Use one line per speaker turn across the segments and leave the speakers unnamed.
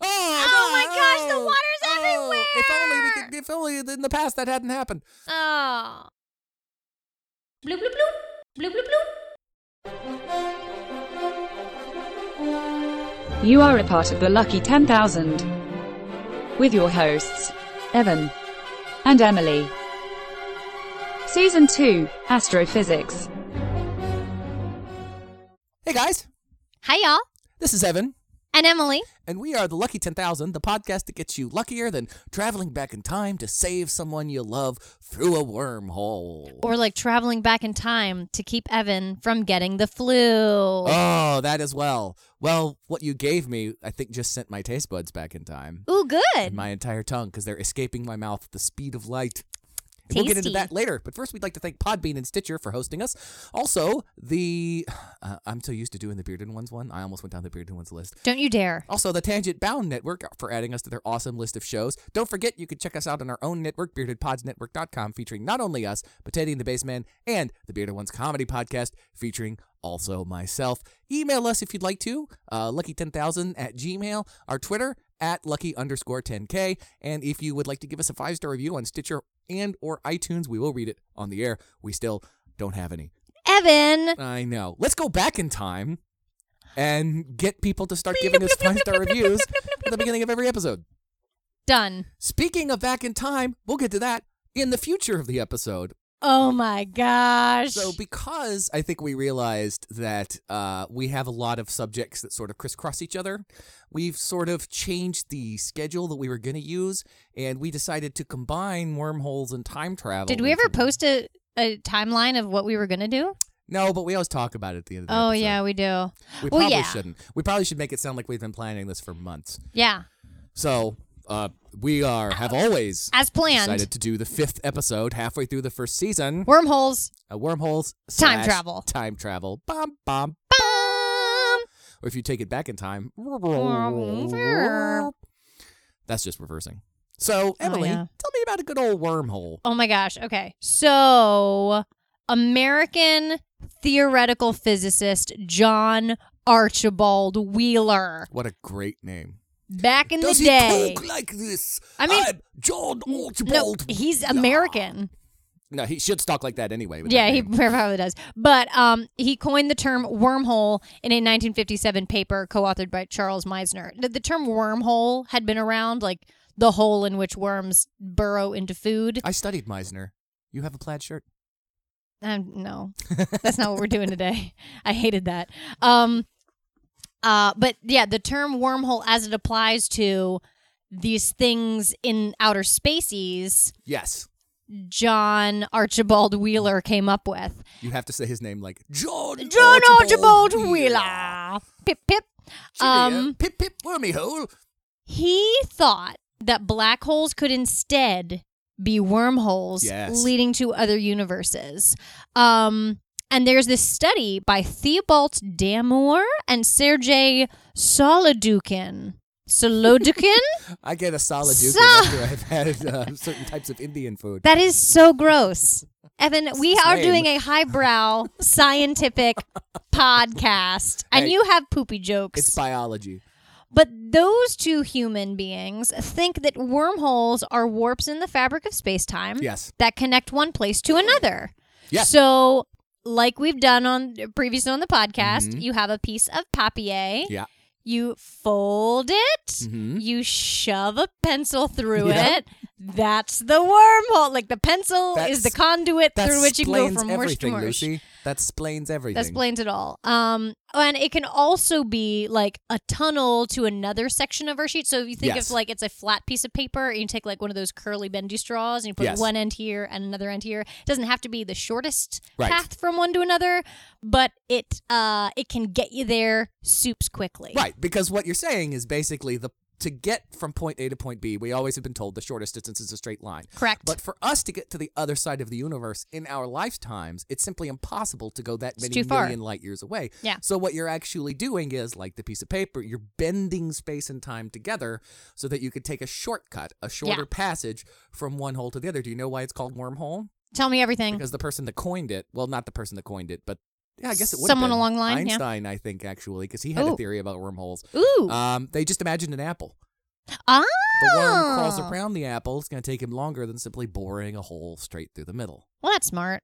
Oh, Philly in the past that hadn't happened.
Oh. Bloop, bloop, bloop. Bloop, bloop, bloop.
You are a part of the lucky 10,000. With your hosts, Evan and Emily. Season 2, Astrophysics.
Hey guys,
Hi, y'all.
this is Evan,
And Emily.
and we are the Lucky 10,000, the podcast that gets you luckier than traveling back in time to save someone you love through a wormhole.
Or like traveling back in time to keep Evan from getting the flu.
Oh, that as well. Well, what you gave me, I think, just sent my taste buds back in time.
Ooh,
And
good.
my entire tongue, because they're escaping my mouth at the speed of light. And we'll get into
Tasty.
that later. But first, we'd like to thank Podbean and Stitcher for hosting us. Also, the. Uh, I'm so used to doing the Bearded Ones one. I almost went down the Bearded Ones list.
Don't you dare.
Also, the Tangent Bound Network for adding us to their awesome list of shows. Don't forget, you can check us out on our own network, beardedpodsnetwork.com, featuring not only us, but Teddy and the Baseman and the Bearded Ones Comedy Podcast, featuring also myself. Email us if you'd like to, uh, lucky10000 at gmail, our Twitter at lucky underscore 10k and if you would like to give us a five star review on stitcher and or itunes we will read it on the air we still don't have any
Evan.
I know. Let's go back in time and get people to start giving us five star reviews at the beginning of every episode.
Done.
Speaking of back in time, we'll get to that in the future of the episode.
Oh my gosh.
So, because I think we realized that uh, we have a lot of subjects that sort of crisscross each other, we've sort of changed the schedule that we were going to use, and we decided to combine wormholes and time travel.
Did we
into
ever
one.
post a, a timeline of what we were going to do?
No, but we always talk about it at the end of the
Oh,
episode.
yeah, we do.
We
Well,
probably
yeah.
shouldn't. We probably should make it sound like we've been planning this for months.
Yeah.
So uh, we are have always
As planned.
decided to do the fifth episode halfway through the first season.
Wormholes.
A wormholes slash
Time travel.
Time travel. Bomb bomb.
Bum.
Or if you take it back in time, that's just reversing. So Emily,
Oh, yeah.
tell me about a good old wormhole.
Oh my gosh. Okay. So, American theoretical physicist John Archibald Wheeler
What a great name!
back in
Does
the
he
day.
talk like this?
I mean-
I'm John
No,
Archibald.
he's
Yeah.
American.
No, he should talk like that anyway. with
Yeah,
that
he
name.
probably does. But um, he coined the term wormhole in a 1957 paper co-authored by Charles Meisner. The, the term wormhole had been around, like the hole in which worms burrow into food.
I studied Meisner. You have a plaid shirt.
Um, no, that's not what we're doing today. I hated that. Um, uh, but yeah, the term wormhole as it applies to these things in outer spaces,
Yes.
John Archibald Wheeler came up with.
You have to say his name like John.
John Archibald Wheeler. Pip, pip. Um,
Um, pip pip wormy hole.
He thought that black holes could instead be wormholes
Yes.
leading to other universes. Um, and there's this study by Theobald Damour and Sergei Solodukin. Solodukin?
I get a solid duke
So-
after I've had uh, certain types of Indian food.
that is so gross. Evan, we are
Same.
doing a highbrow scientific podcast, and
Hey,
you have poopy jokes.
it's biology.
But those two human beings think that wormholes are warps in the fabric of space time
Yes.
that connect one place to another.
Yes.
So, like we've done on previously on the podcast,
Mm-hmm.
you have a piece of papier.
Yeah.
You fold it.
Mhm.
You shove a pencil through
Yeah.
it. That's the wormhole. Like the pencil
That's-
is the conduit
That
through which you can go
explains
from worst to
everything,
worst.
Lucy. That explains everything.
That explains it all. Um, and it can also be like a tunnel to another section of our sheet. So if you think
Yes.
of like it's a flat piece of paper, and you take like one of those curly bendy straws, and you put
Yes.
one end here and another end here. It doesn't have to be the shortest
Right.
path from one to another, but it uh it can get you there soups quickly.
Right, because what you're saying is basically the to get from point A to point B, we always have been told the shortest distance is a straight line.
Correct.
But for us to get to the other side of the universe in our lifetimes, it's simply impossible to go that
It's
many
too far.
million light years away.
Yeah.
So what you're actually doing is like the piece of paper, you're bending space and time together so that you could take a shortcut, a shorter passage from one hole to the other. Do you know why it's called wormhole?
Tell me everything.
Because the person that coined it, well, not the person that coined it, but yeah, I guess it would
Someone
been.
along the line, yeah.
Einstein, I think actually, because he had
Ooh.
a theory about wormholes.
Ooh.
Um, they just imagined an apple.
Ah.
The worm crawls
Oh.
around the apple. It's going to take him longer than simply boring a hole straight through the middle.
Well, that's smart.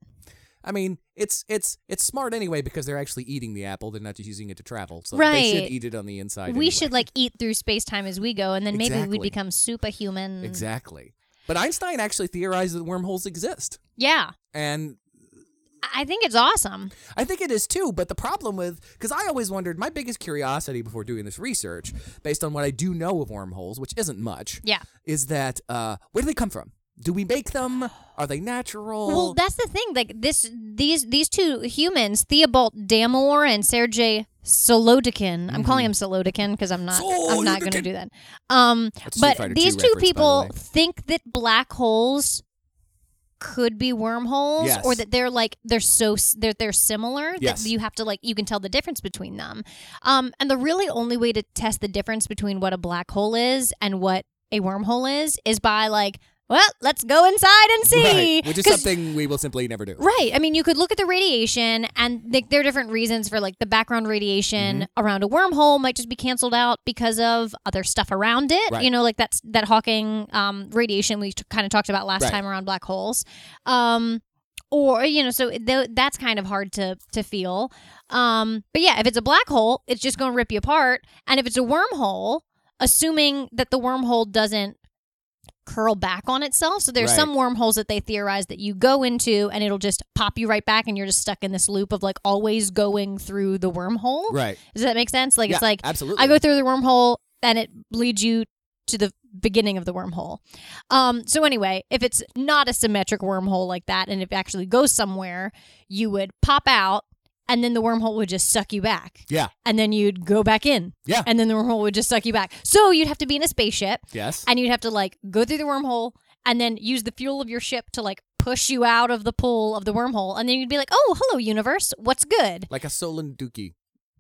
I mean, it's it's it's smart anyway because they're actually eating the apple. They're not just using it to travel. So they
Right.
should eat it on the inside.
we
anyway.
should like eat through space time as we go, and then maybe
Exactly.
we'd become superhuman.
Exactly. But Einstein actually theorized that wormholes exist.
Yeah,
And
I- I think it's awesome.
I think it is too, but the problem with because I always wondered my biggest curiosity before doing this research, based on what I do know of wormholes, which isn't much,
Yeah.
is that uh, where do they come from? Do we make them? Are they natural?
Well, that's the thing. Like this, these these two humans, Theobald Damore and Sergei Solodikin. I'm calling him Solodikin because I'm not. I'm not going
Mm-hmm.
to
Solodikin.
do that. Um,
That's a Street
but
Fighter
these
2
two
reference, by the
people
way.
think that black holes could be wormholes,
Yes.
or that they're like they're so s- they're they're similar
Yes.
that you have to like you can tell the difference between them. Um, and the really only way to test the difference between what a black hole is and what a wormhole is is by like. Well, let's go inside and see.
Right, which is
'Cause-
something we will simply never do.
Right. I mean, you could look at the radiation, and like, there are different reasons for like the background
Mm-hmm.
radiation around a wormhole might just be canceled out because of other stuff around it.
Right.
You know, like that's that Hawking um, radiation we t- kind of talked about last
Right.
time around black holes. Um, or you know, so th- that's kind of hard to to feel. Um, but yeah, if it's a black hole, it's just going to rip you apart, and if it's a wormhole, assuming that the wormhole doesn't curl back on itself. So there's
Right.
some wormholes that they theorize that you go into and it'll just pop you right back and you're just stuck in this loop of like always going through the wormhole.
Right.
Does that make sense? Like
yeah,
it's like
absolutely.
I go through the wormhole and it leads you to the beginning of the wormhole. Um so anyway, if it's not a symmetric wormhole like that and it actually goes somewhere, you would pop out and then the wormhole would just suck you back.
Yeah.
And then you'd go back in.
Yeah.
And then the wormhole would just suck you back. So you'd have to be in a spaceship
Yes.
and you'd have to like go through the wormhole and then use the fuel of your ship to like push you out of the pull of the wormhole and then you'd be like oh hello universe what's good
like a Solon Dookie.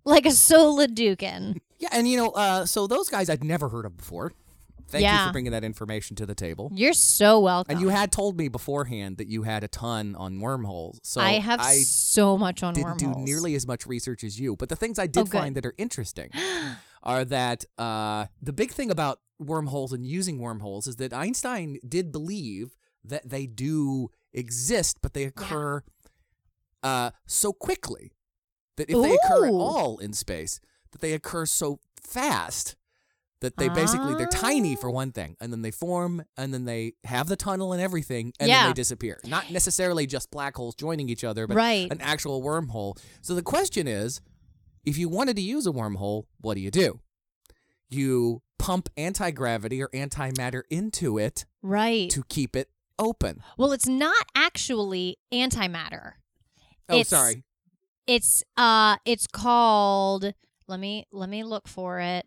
like a soladukin
Yeah, and you know, uh, so those guys I'd never heard of before. Thank you
Yeah.
for bringing that information to the table.
you're so welcome
And you had told me beforehand that you had a ton on wormholes. So
i have
I
so much on
didn't
wormholes
do nearly as much research as you. But the things I did
Oh, good.
find that are interesting are that uh, the big thing about wormholes and using wormholes is that Einstein did believe that they do exist, but they occur uh, so quickly that if they occur at
Ooh.
all in space, that they occur so fast that they basically they're tiny for one thing and then they form and then they have the tunnel and everything and then
Yeah.
they disappear not necessarily just black holes joining each other but
Right.
an actual wormhole so the question is if you wanted to use a wormhole what do you do you pump anti-gravity or antimatter into it
right
to keep it open
well it's not actually antimatter
oh
It's-
sorry
it's uh it's called let me let me look for it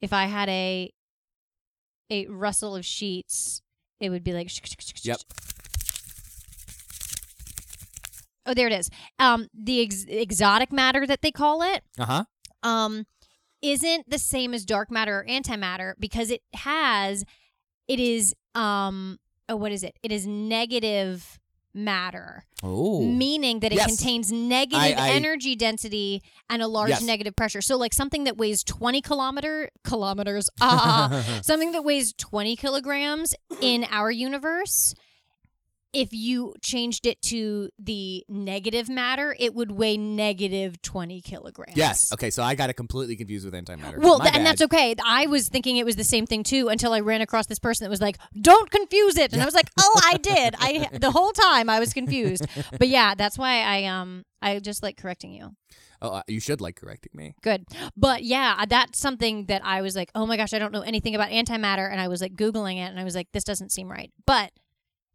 if i had a a rustle of sheets it would be like
Yep.
oh there it is um the ex- exotic matter that they call it
uh-huh
um isn't the same as dark matter or antimatter because it has it is um oh what is it it is negative matter
oh
meaning that it
Yes.
contains negative
I- I-
energy density and a large
Yes.
negative pressure. So, like something that weighs 20 kilometer kilometers, ah, something that weighs 20 kilograms in our universe. If you changed it to the negative matter, it would weigh negative 20 kilograms.
yes okay so i got it completely confused with antimatter
Well,
My
tha- and
bad.
that's okay. I was thinking it was the same thing too until I ran across this person that was like, "Don't confuse it," and I was like, "Oh, I did. I the whole time I was confused." But yeah, that's why I um I just like correcting you.
oh uh, you should like correcting me
Good, but yeah, uh, that's something that I was like, "Oh my gosh, I don't know anything about antimatter," and I was like googling it, and I was like, "This doesn't seem right." But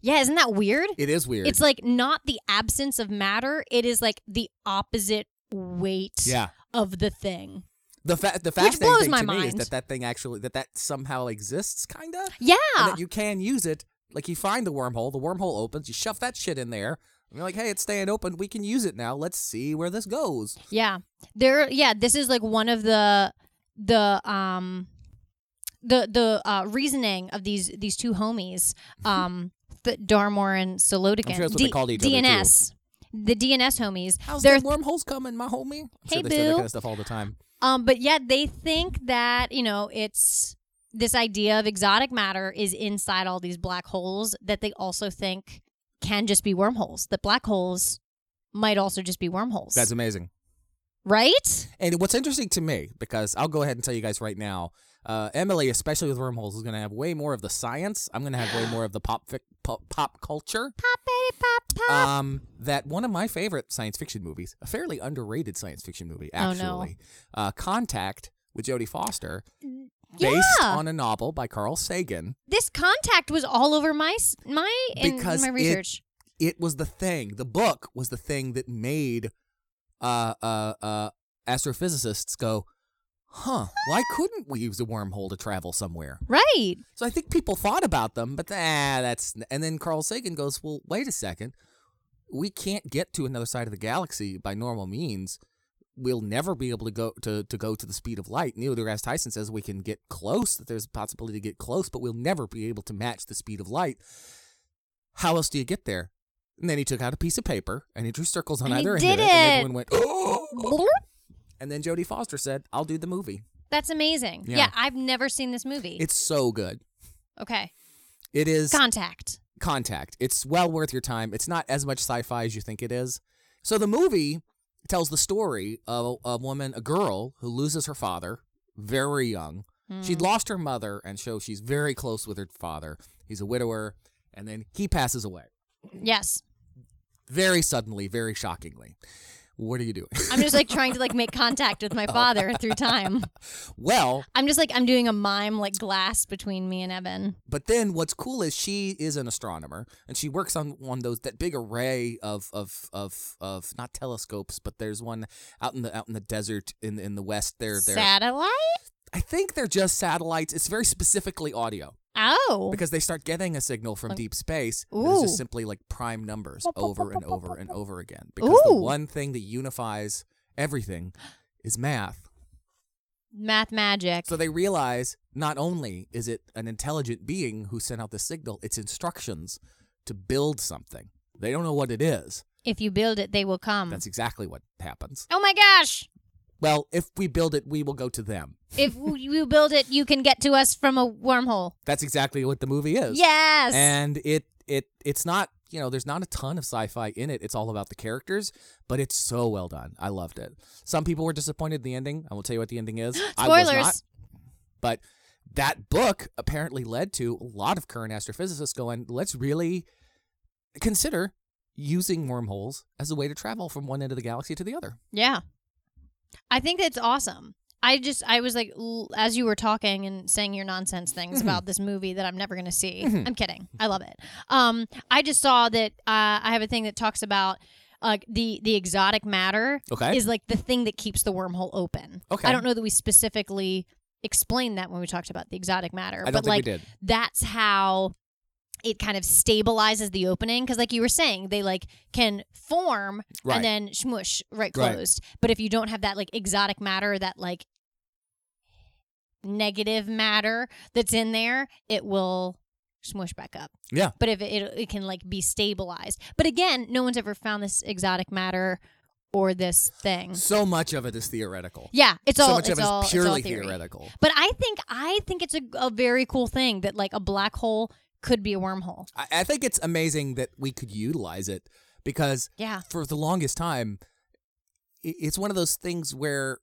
yeah, isn't that weird?
it is weird
It's like not the absence of matter; it is like the opposite weight
yeah
of the thing.
The fa- the fascinating
blows
thing
my
to me is
mind.
that that thing actually that that somehow exists, kind of.
Yeah.
And that you can use it. Like you find the wormhole, the wormhole opens, you shove that shit in there, and you're like, "Hey, it's staying open. We can use it now. Let's see where this goes."
Yeah. There yeah, this is like one of the the um the the uh reasoning of these these two homies, um the Darmor and Solodikin.
I'm sure that's what they called each other, too.
DNS. The DNS homies.
How's
They're-
the wormholes coming, my homie? I'm
Hey,
sure they say that
boo.
kind of stuff all the time.
Um but yeah, they think that, you know, it's this idea of exotic matter is inside all these black holes that they also think can just be wormholes. That black holes might also just be wormholes.
That's amazing.
right?
And what's interesting to me, because I'll go ahead and tell you guys right now, uh, Emily, especially with wormholes, is going to have way more of the science. I'm going to have way more of the pop fic- pop, pop culture.
Pop, baby, pop, pop.
Um, that one of my favorite science fiction movies, a fairly underrated science fiction movie,
Oh, no.
actually, uh, Contact with Jodie Foster,
yeah.
based on a novel by Carl Sagan.
this contact was all over my s- my in, in
Because
my
it-
research.
It was the thing. The book was the thing that made uh, uh, uh, astrophysicists go, "Huh? Why couldn't we use a wormhole to travel somewhere?"
right.
So I think people thought about them, but ah, that's and then Carl Sagan goes, "Well, wait a second. We can't get to another side of the galaxy by normal means. We'll never be able to go to, to go to the speed of light." Neil deGrasse Tyson says we can get close, that there's a possibility to get close, but we'll never be able to match the speed of light. How else do you get there? And then he took out a piece of paper and he drew circles on
And he
either end
did
of it, and
it.
everyone went, "Oh!"
Blurp.
And then Jodie Foster said, "I'll do the movie.
That's amazing.
Yeah.
Yeah. I've never seen this movie.
It's so good.
okay.
It is."
Contact.
Contact. It's well worth your time. It's not as much sci-fi as you think it is. So the movie tells the story of a woman, a girl who loses her father very young. She'd lost her mother and so she's very close with her father. He's a widower and then he passes away
Yes.
very suddenly, very shockingly. What are you doing?
I'm just like trying to like make contact with
Oh.
my father through time.
well,
I'm just like I'm doing a mime like glass between me and Evan.
But then what's cool is she is an astronomer and she works on one of those that big array of of of of not telescopes, but there's one out in the out in the desert in in the west. They're they're
Satellite?
I think they're just satellites. It's very specifically audio
Oh.
because they start getting a signal from deep space. and It's just simply like prime numbers over and over and over again because the
Ooh.
one thing that unifies everything is math.
Math magic.
So they realize not only is it an intelligent being who sent out the signal, it's instructions to build something. They don't know what it is.
if you build it, they will come.
That's exactly what happens.
oh my gosh.
Well, if we build it, we will go to them.
If w- you build it, you can get to us from a wormhole.
That's exactly what the movie is.
Yes.
And it it it's not, you know, there's not a ton of sci-fi in it. It's all about the characters, but it's so well done. I loved it. Some people were disappointed in the ending. I will tell you what the ending is. I was
Spoilers.
not. But that book apparently led to a lot of current astrophysicists going, let's really consider using wormholes as a way to travel from one end of the galaxy to the other.
Yeah. I think that's awesome. I just I was like l- as you were talking and saying your nonsense things
Mm-hmm.
about this movie that I'm never going to see. I'm kidding. I love it. Um I just saw that uh, I have a thing that talks about like the the exotic matter
Okay.
is like the thing that keeps the wormhole open.
Okay.
I don't know that we specifically explained that when we talked about the exotic matter,
I don't
but
think
like
we did.
that's how it kind of stabilizes the opening because like you were saying they like can form
Right.
and then smush right
Right.
closed but if you don't have that like exotic matter that like negative matter that's in there it will smush back up
Yeah.
but if it, it, it can like be stabilized but again no one's ever found this exotic matter or this thing
So much of it is theoretical.
yeah it's
so
all
much of
it's
it is
all it's all
purely
theory.
theoretical.
But I think I think it's a, a very cool thing that like a black hole could be a wormhole.
I, I think it's amazing that we could utilize it because
Yeah.
for the longest time, i- it's one of those things where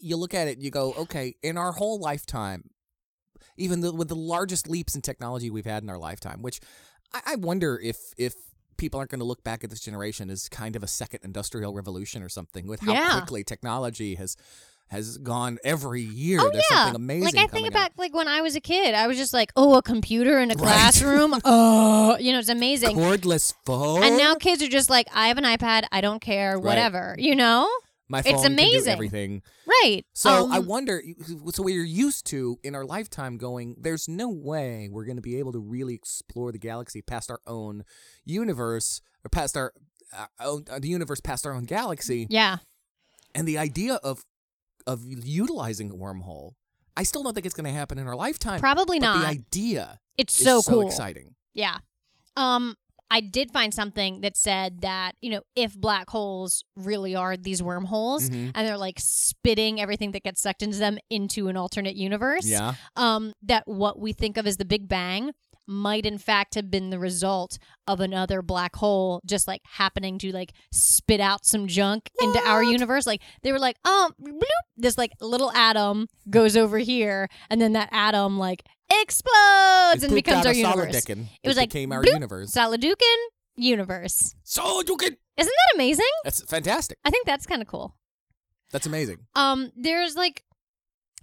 you look at it and you go, okay, in our whole lifetime, even the, with the largest leaps in technology we've had in our lifetime, which I, I wonder if if people aren't going to look back at this generation as kind of a second industrial revolution or something with how
Yeah.
quickly technology has has gone every year.
Oh
There's
yeah.
something amazing.
like I
coming
think
out.
about like when I was a kid, I was just like, oh, a computer in a
Right.
classroom. oh, you know, it's amazing.
cordless phone.
And now kids are just like, I have an iPad. I don't care. Whatever. You know.
my
it's
phone can do
amazing.
everything.
Right.
So
Um,
I wonder. So we're used to in our lifetime going. There's no way we're going to be able to really explore the galaxy past our own universe or past our uh, own, uh, the universe past our own galaxy.
yeah.
And the idea of of utilizing a wormhole, I still don't think it's going to happen in our lifetime.
Probably
but
not.
The idea
It's
is
so cool.
exciting.
Yeah. Um I did find something that said that, you know, if black holes really are these wormholes
Mhm.
and they're like spitting everything that gets sucked into them into an alternate universe,
Yeah.
um, that what we think of as the Big Bang might in fact have been the result of another black hole just like happening to like spit out some junk into our universe like they were like um bloop, this like little atom goes over here and then that atom like explodes and
pooped
becomes
out
our
a solid
universe
Dickin.
was like,
became our
bloop.
universe.
Saladukin universe
So you can.
isn't that amazing
That's fantastic.
i think that's kind of cool
That's amazing.
um, there's like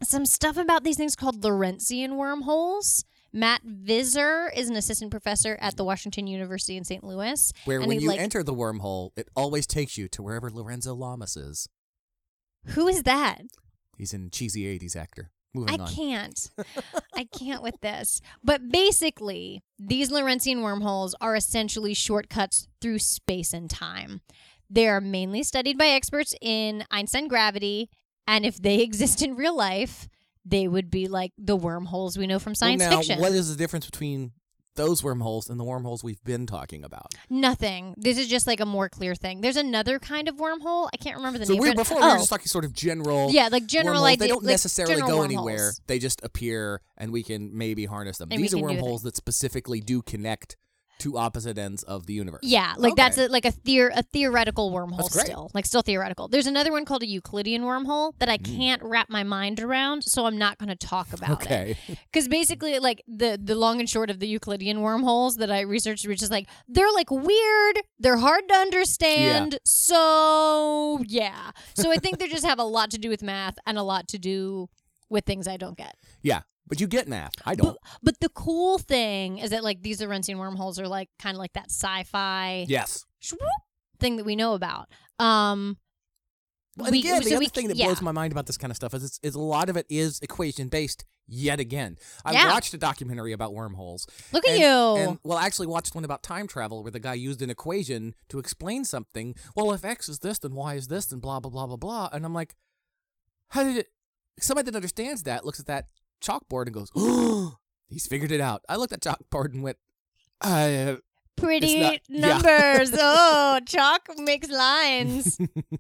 some stuff about these things called Lorentzian wormholes. Matt Visser is an assistant professor at the Washington University in St. Louis.
Where
And
when
he,
you
like-
enter the wormhole, it always takes you to wherever Lorenzo Lamas is.
Who is that?
He's an cheesy '80s actor.
I
Moving on.
can't. I can't with this. But basically, these Lorentzian wormholes are essentially shortcuts through space and time. They are mainly studied by experts in Einstein gravity, and if they exist in real life, they would be like the wormholes we know from
Well,
science
now,
fiction.
what is the difference between those wormholes and the wormholes we've been talking about?
Nothing. This is just like a more clear thing. There's another kind of wormhole. I can't remember the
so
name.
we
of it.
before we
oh.
were just talking sort of general.
yeah, like general
wormholes.
idea.
They don't
like
necessarily
general
go
wormholes.
anywhere. They just appear, and we can maybe harness them.
And we
These are
can do
wormholes that specifically do connect to opposite ends of the universe.
Yeah, like
Okay.
that's a, like a theor- a theoretical wormhole
That's great.
still. Like still theoretical. There's another one called a Euclidean wormhole that I
Mm.
can't wrap my mind around, so I'm not going to talk about it.
Okay.
Because basically, like the the long and short of the Euclidean wormholes that I researched, which is like they're like weird, they're hard to understand. So yeah, so I think they just have a lot to do with math and a lot to do with things I don't get.
Yeah, but you get math. I don't.
But the cool thing is that like these Lorentzian wormholes are like kind of like that sci-fi
yes.
swoop thing that we know about. Um,
Well, and
we-
again, the
so
other
we-
thing that
yeah.
blows my mind about this kind of stuff is, it's, is a lot of it is equation based. Yet again, I
Yeah.
watched a documentary about wormholes.
Look at
and-
you.
and- well, I actually watched one about time travel where the guy used an equation to explain something. Well, if X is this, then Y is this, and blah blah blah blah blah. And I'm like, how did it? Somebody that understands that looks at that chalkboard and goes, "Oh, he's figured it out." I looked at chalkboard and went, "I." uh,
pretty
not- yeah.
numbers. oh, chalk makes lines.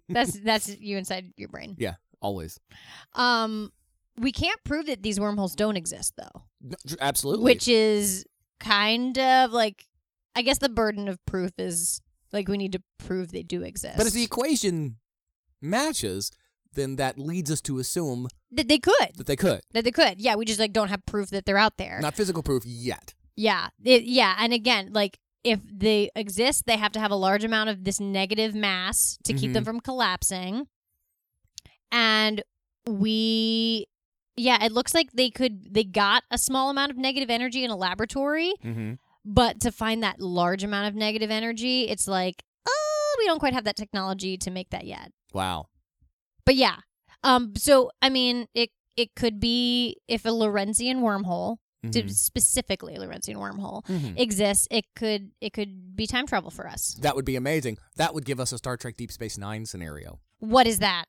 that's that's you inside your brain.
Yeah, always.
Um, we can't prove that these wormholes don't exist though,
No, Absolutely.
which is kind of like, I guess the burden of proof is like we need to prove they do exist.
But if the equation matches, then that leads us to assume
that they could,
that they could.
that they could, yeah, we just like don't have proof that they're out there.
Not physical proof yet.
Yeah. It, yeah. And again, like if they exist, they have to have a large amount of this negative mass to keep them from collapsing. And we yeah, it looks like they could they got a small amount of negative energy in a laboratory,
Mm-hmm.
but to find that large amount of negative energy, it's like, oh, we don't quite have that technology to make that yet.
Wow.
But yeah. Um so I mean, it it could be if a Lorentzian wormhole,
Mm-hmm.
to specifically a Lorentzian wormhole,
Mhm.
exists, it could it could be time travel for us.
That would be amazing. That would give us a Star Trek Deep Space Nine scenario.
What is that?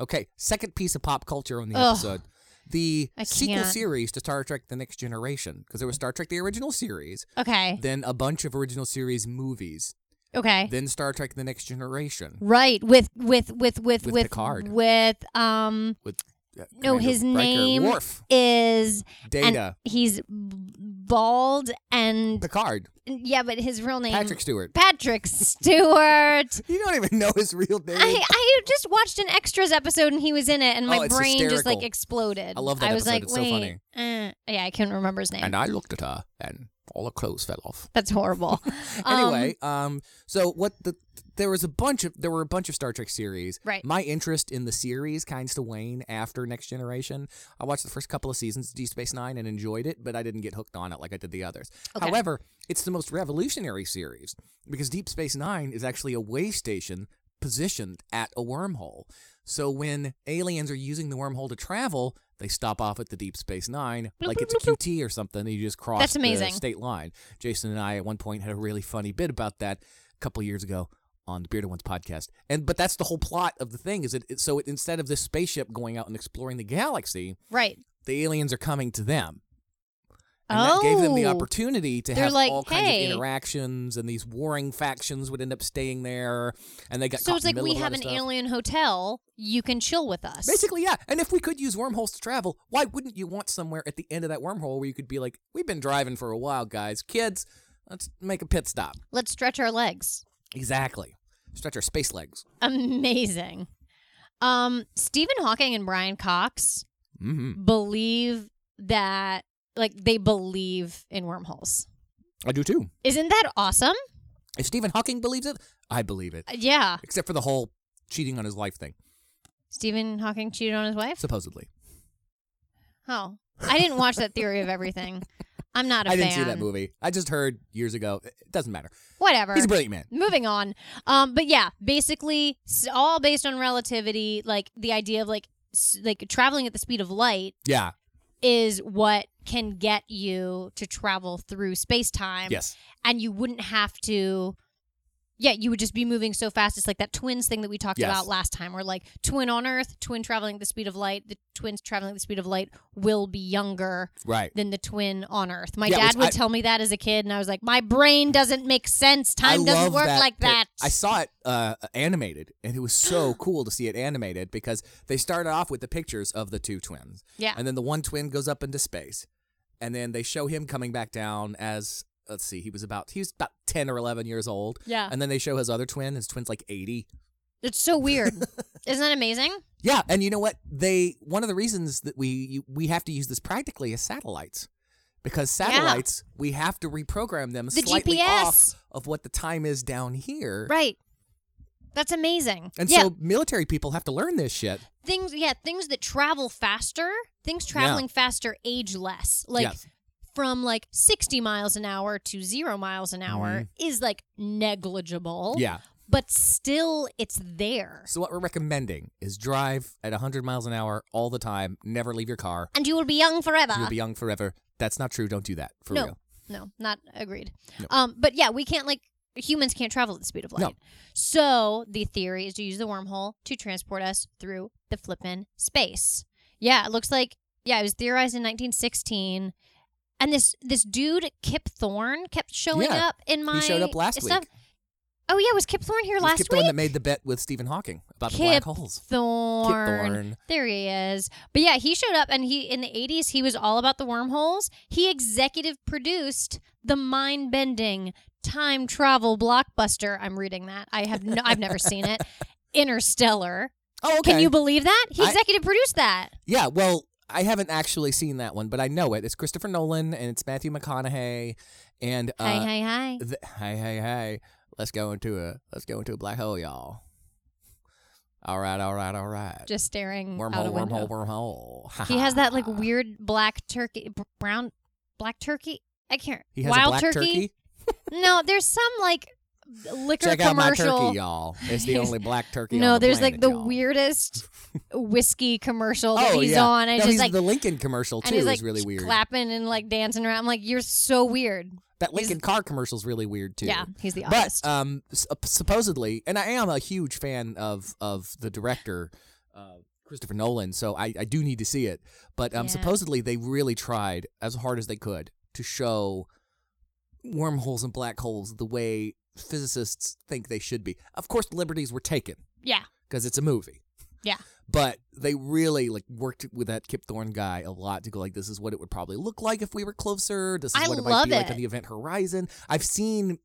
Okay, second piece of pop culture on the
Ugh.
episode. The
I
sequel
can't.
series to Star Trek The Next Generation, because there was Star Trek the original series,
Okay.
then a bunch of original series movies,
Okay.
then Star Trek The Next Generation
Right. With with with with
With
with
Picard.
with um
with uh,
no
Commander
his
Riker,
name
Worf,
is and
Data,
he's bald and
Picard,
yeah, but his real name
Patrick Stewart.
Patrick Stewart.
You don't even know his real name.
I, I just watched an extras episode and he was in it and my
Oh, it's
brain just like
hysterical.
exploded.
I love that
I was
episode.
like,
It's so
wait, uh, yeah, I couldn't remember his name.
and I looked at her, and all her clothes fell off.
That's horrible. Um,
Anyway, um, so what the there was a bunch of there were a bunch of Star Trek series.
Right.
My interest in the series kinds to wane after Next Generation. I watched the first couple of seasons of Deep Space Nine and enjoyed it, but I didn't get hooked on it like I did the others.
Okay.
However, it's the most revolutionary series because Deep Space Nine is actually a way station positioned at a wormhole. So when aliens are using the wormhole to travel, they stop off at the Deep Space Nine
Bloop,
like
bloop,
it's a
bloop, bloop.
QT or something. And you just cross
That's
the
amazing.
state line. Jason and I at one point had a really funny bit about that a couple years ago on the Bearded Ones podcast. And but that's the whole plot of the thing is it, it so it, instead of this spaceship going out and exploring the galaxy,
right.
the aliens are coming to them. And that gave them the
Oh.
opportunity to
They're
have
like,
all kinds
"Hey."
of interactions, and these warring factions would end up staying there, and they got
So
caught
it's
in
like
the
we
middle
have
of a lot of
an
stuff.
alien hotel. You can chill with us.
Basically, yeah. And if we could use wormholes to travel, why wouldn't you want somewhere at the end of that wormhole where you could be like, "We've been driving for a while, guys. Kids, let's make a pit stop."
Let's stretch our legs.
Exactly. Stretch our space legs.
Amazing. Um, Stephen Hawking and Brian Cox
Mm-hmm.
believe that, like, they believe in wormholes.
I do too.
Isn't that awesome?
If Stephen Hawking believes it, I believe it.
Uh, Yeah.
Except for the whole cheating on his life thing,
Stephen Hawking cheated on his wife.
supposedly.
Oh, I didn't watch that Theory of Everything. I'm not a
I
fan.
didn't see that movie. I just heard years ago. It doesn't matter.
Whatever.
He's a brilliant man.
moving on um but yeah basically s- all based on relativity like the idea of like s- like traveling at the speed of light
Yeah.
is what can get you to travel through space time
Yes.
and you wouldn't have to yeah you would just be moving so fast it's like that twins thing that we talked
Yes.
about last time where like twin on earth twin traveling at the speed of light the twins traveling at the speed of light will be younger
Right.
than the twin on earth my
Yeah,
dad
which
would
I-
tell me that as a kid and i was like my brain doesn't make sense time
I
doesn't
love
work
that
like
pic-
that
I saw it uh, animated, and it was so cool to see it animated because they started off with the pictures of the two twins,
Yeah.
and then the one twin goes up into space, and then they show him coming back down as let's see, he was about he was about ten or eleven years old,
yeah.
and then they show his other twin. His twin's like eighty.
It's so weird. Isn't that amazing?
Yeah, and you know what? They one of the reasons that we you- we have to use this practically is satellites. Because satellites, we have to reprogram them
The
slightly
GPS.
off of what the time is down here.
Right. That's amazing.
And
yeah,
so military people have to learn this shit.
things yeah, things that travel faster, things traveling faster age less. Like
Yes.
from like 60 miles an hour to 0 miles an hour is like negligible.
Mm-hmm. Yeah.
But still it's there.
So what we're recommending is drive at 100 miles an hour all the time. Never leave your car.
And you will be young forever.
You'll be young forever. That's not true. Don't do that. For
no.
real.
No, not agreed.
No.
Um but yeah, we can't like humans can't travel at the speed of light.
No.
So the theory is to use the wormhole to transport us through the flippin' space. Yeah, it looks like yeah, it was theorized in 1916. And this this dude Kip Thorne kept showing
Yeah.
up in my
he showed up last
stuff.
week.
Oh yeah, was Kip Thorne here
He
last
skipped the
week?
one that made the bet with Stephen Hawking about the
Kip
black holes.
Thorne.
Thorne.
There he is. But yeah, he showed up and he in the 80s he was all about the wormholes. He executive produced the mind-bending time travel blockbuster. I'm reading that. I have no I've never seen it. Interstellar.
Oh, okay.
Can you believe that? He
I-
executive produced that.
yeah. Well, I haven't actually seen that one, but I know it. It's Christopher Nolan and it's Matthew McConaughey and uh,
hi hi hi.
th- hey hey hey let's go into a let's go into a black hole y'all all right all right all right
Just staring out a
wormhole
window.
wormhole Ah. wormhole
He has that like weird black turkey br- brown black turkey. I can't.
he has
wild
a black turkey,
No, there's some like liquor
check out my
commercial.
turkey y'all it's the only black turkey on
no,
the
there's
planet,
like the
y'all.
weirdest whiskey commercial that
oh
he's
yeah
on. And
no,
it's just
he's
like,
the lincoln commercial too
and he's like
is really weird
clapping and like dancing around. I'm like, you're so weird.
that lincoln car commercial's really weird too
Yeah, he's the
but
oddest.
um s- supposedly and i am a huge fan of of the director uh christopher nolan so i i do need to see it but um
Yeah.
supposedly they really tried as hard as they could to show wormholes and black holes the way physicists think they should be of course liberties were taken
yeah,
because it's a movie
Yeah.
but they really like worked with that Kip Thorne guy a lot to go like this is what it would probably look like if we were closer. This is
I
what it might
love
be like
it.
on the event horizon. I've seen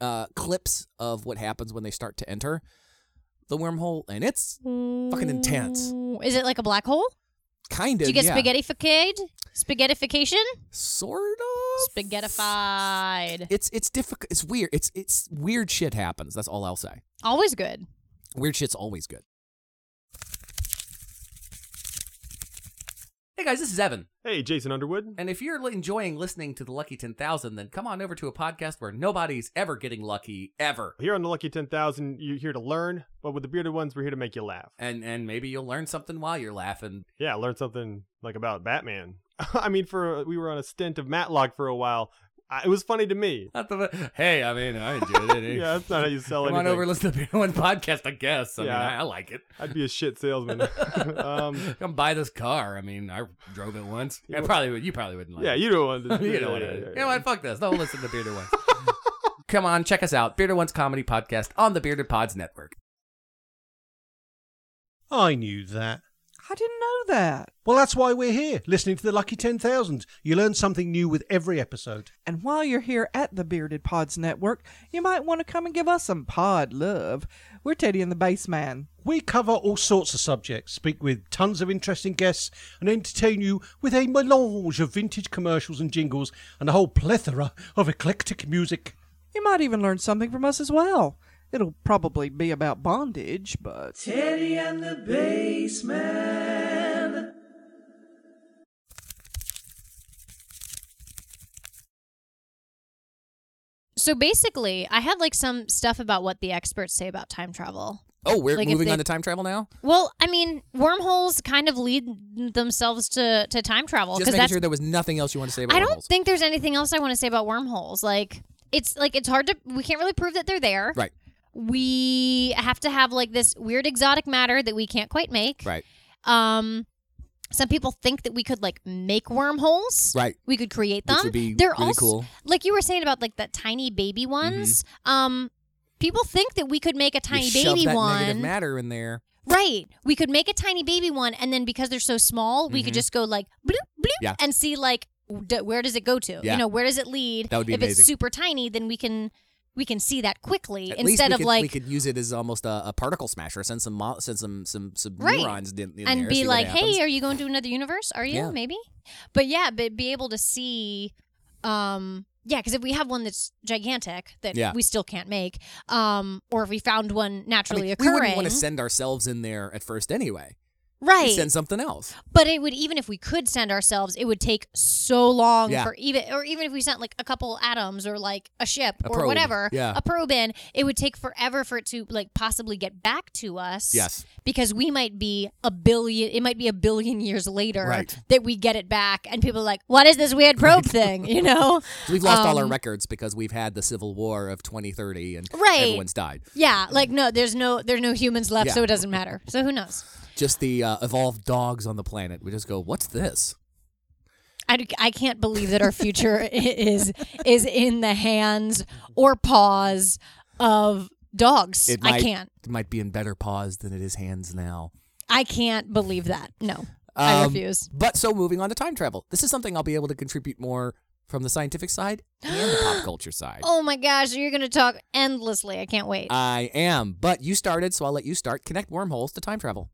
uh, clips of what happens when they start to enter the wormhole, and it's
fucking
intense.
Is it like a black hole?
kind
Do
of
you get
yeah,
spaghettificade? Spaghettification?
sort of
Spaghettified.
It's it's difficult. It's weird. It's it's weird shit happens. That's all I'll say.
Always good.
Weird shit's always good. Hey guys, this is Evan.
Hey, Jason Underwood.
And if you're enjoying listening to the Lucky 10,000, then come on over to a podcast where nobody's ever getting lucky, ever.
Here on the Lucky 10,000, you're here to learn, but with the bearded ones, we're here to make you laugh.
And and maybe you'll learn something while you're laughing.
Yeah, uh, learn something like about Batman. I mean, for we were on a stint of Matlock for a while, I, it was funny to me.
Not the, hey, I mean, I enjoyed it.
Yeah, that's not how you sell
Come
anything.
on over, listen to the Beer One podcast, I guess. I mean,
Yeah.
I, I like it.
I'd be a shit salesman. um,
Come buy this car. I mean, I drove it once. Yeah,
You-
probably would. You probably wouldn't like
yeah,
it.
you don't want to.
you know what?
yeah,
I mean.
yeah,
You
yeah.
know what? Fuck this. Don't listen to Bearded Ones. Come on, check us out. Bearded Ones Comedy Podcast on the Bearded Pods Network.
I knew that.
I didn't know that.
Well, that's why we're here, listening to the Lucky 10,000. You learn something new with every episode.
And while you're here at the Bearded Pods Network, you might want to come and give us some pod love. We're Teddy and the Bassman.
We cover all sorts of subjects, speak with tons of interesting guests, and entertain you with a melange of vintage commercials and jingles and a whole plethora of eclectic music.
You might even learn something from us as well. It'll probably be about bondage, but. Teddy and the Bassman.
So basically, I had like some stuff about what the experts say about time travel.
Oh, we're
Like, if
moving
they-
on to time travel now?
Well, I mean, wormholes kind of lead themselves to, to time travel
Just
because
making
that's
sure there was nothing else you want to say about
I don't
wormholes.
think there's anything else I want to say about wormholes. Like it's like it's hard to we can't really prove that they're there.
Right,
We have to have like this weird exotic matter that we can't quite make.
right,
Um some people think that we could like make wormholes.
right.
We could create them.
Which would be
They're
really
also
cool. Mm-hmm.
like you were saying about like that tiny baby ones. Um people think that we could make a
You
tiny
shove
baby
that
one.
negative matter in there.
Right. We could make a tiny baby one, and then because they're so small, we could
Mhm.
just go like bloop bloop
Yeah.
and see like w- d- where does it go to?
Yeah.
You know, where does it lead?
That would be
if
amazing.
it's super tiny, then we can we can see that quickly
At least
instead
we
of
could, we
like
could use it as almost a, a particle smasher. Send some mo- send some some some
Right.
neurons in, in
and
there,
be
see what
like,
happens.
hey, are you going to another universe? Are you
Yeah.
maybe? But yeah, but be able to see, um, yeah, because if we have one that's gigantic that
Yeah.
we still can't make, um, or if we found one
I mean,
naturally
we
occurring,
wouldn't want to send ourselves in there at first anyway. We
right?
send something else.
But it would even if we could send ourselves, it would take so long
Yeah.
for even or even if we sent like a couple atoms or like a ship
A
or
probe,
whatever,
yeah.
a probe in, it would take forever for it to like possibly get back to us.
Yes.
Because we might be a billion it might be a billion years later
Right.
that we get it back and people are like, What is this weird probe thing? You know?
So we've lost all our
Um,
records because we've had the Civil War of 2030 and
Right.
everyone's died.
Yeah. Like no, there's no there's no humans left,
Yeah.
so it doesn't matter. So who knows?
Just the uh, evolved dogs on the planet. We just go, what's this?
I, d- I can't believe that our future i- is is in the hands or paws of dogs.
It
I
might-
can't.
It might be in better paws than it is hands now.
I can't believe that. No, I
Um,
refuse.
But so moving on to time travel. This is something I'll be able to contribute more from the scientific side and the pop culture side.
Oh my gosh, you're gonna talk endlessly. I can't wait.
I am, but you started, so I'll let you start. Connect wormholes to time travel.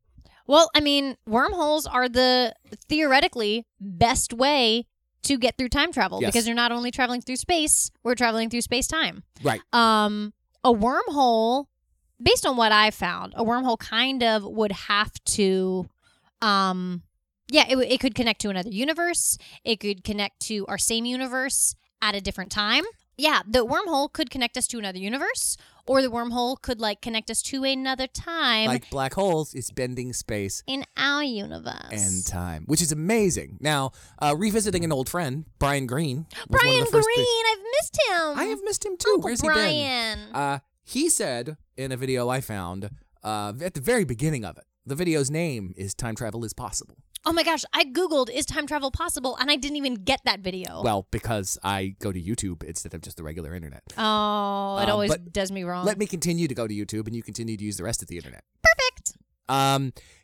well, I mean, wormholes are the theoretically best way to get through time travel
Yes.
because you're not only traveling through space, we're traveling through space time.
Right.
um a wormhole based on what i found a wormhole kind of would have to um yeah it, w- it could connect to another universe it could connect to our same universe at a different time yeah the wormhole could connect us to another universe or the wormhole could like connect us to another time
like black holes, it's bending space
in our universe
and time, which is amazing. Now, uh, revisiting an old friend, Brian Green. was one of
brian
the
green
first thi-
i've missed him
I have missed him too.
Uncle
Where's he been?
brian
Uh, he said in a video I found uh, at the very beginning of it, the video's name is Time Travel is Possible.
oh my gosh i googled is time travel possible and i didn't even get that video
Well, because I go to YouTube instead of just the regular internet.
Oh, it
Um,
always
but
does me wrong.
Let me continue to go to YouTube and you continue to use the rest of the internet.
Perfect.
Um,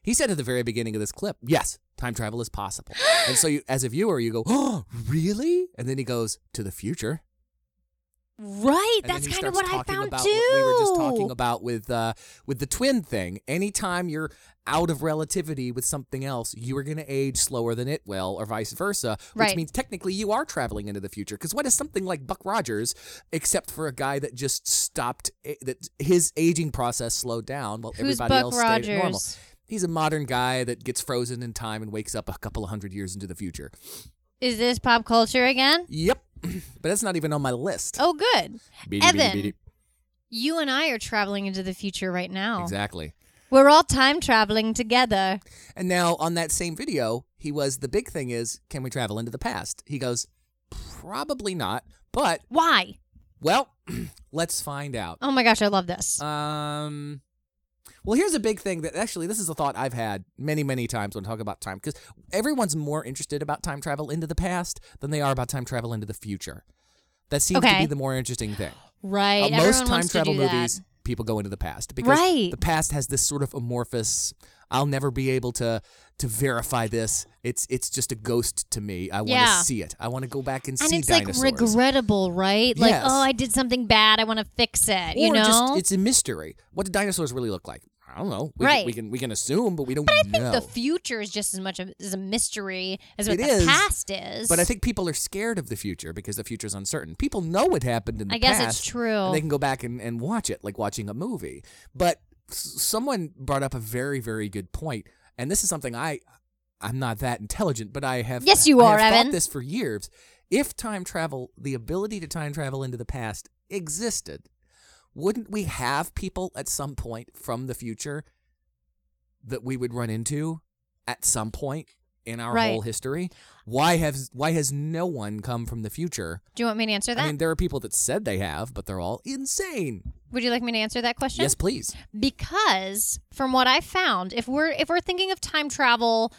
he said at the very beginning of this clip, yes, time travel is possible. and so you, as a viewer, you go, oh, really? And then he goes, to the future.
Right.
And then
That's
he
kind of
starts
what I
talking
found
about
too.
What we were just talking about with uh, with the twin thing. Anytime you're out of relativity with something else, you are going to age slower than it will, or vice versa. Which
Right.
means technically you are traveling into the future. Because what is something like Buck Rogers, except for a guy that just stopped a- that his aging process slowed down while
Who's
everybody
Buck
else stayed
Rogers?
at normal. He's a modern guy that gets frozen in time and wakes up a couple of hundred years into the future.
Is this pop culture again?
Yep, but that's not even on my list.
Oh, good.
Beady, beady,
Evan.
beady.
You and I are traveling into the future right now.
Exactly.
We're all time traveling together.
And now on that same video, he was the big thing is, can we travel into the past? He goes, probably not, But
Why?
well, let's find out.
Oh my gosh, I love this.
Um, well, here's a big thing that actually this is a thought I've had many, many times when talking about time because everyone's more interested about time travel into the past than they are about time travel into the future. That seems to
Okay.
be the more interesting thing.
right.
Uh,
Everyone
most time
wants to
travel
do that.
movies, people go into the past because
Right.
the past has this sort of amorphous. I'll never be able to to verify this. It's it's just a ghost to me. I want to
Yeah.
see it. I want to go back and,
And
see
it's
dinosaurs.
like regrettable, right? Like,
Yes.
oh, I did something bad. I want to fix it. you
or
know?
just it's a mystery. What do dinosaurs really look like? I don't know. We Can,
Right.
we can we can assume, but we don't
I think
know.
the future is just as much of, as a mystery as what
It
the
is,
past is.
but I think people are scared of the future because the future's uncertain. People know what happened in the
I guess
past.
it's true.
And they can go back and, and watch it, like watching a movie. But s- someone brought up a very, very good point, and this is something I I'm not that intelligent, but I have
Yes, you
I
are,
have thought
Evan.
this for years. If time travel, the ability to time travel into the past existed, wouldn't we have people at some point from the future that we would run into at some point in our
Right.
whole history? Why has why has no one come from the future?
Do you want me to answer that?
I mean, there are people that said they have, but they're all insane.
Would you like me to answer that question?
Yes, please.
because from what i found if we're if we're thinking of time travel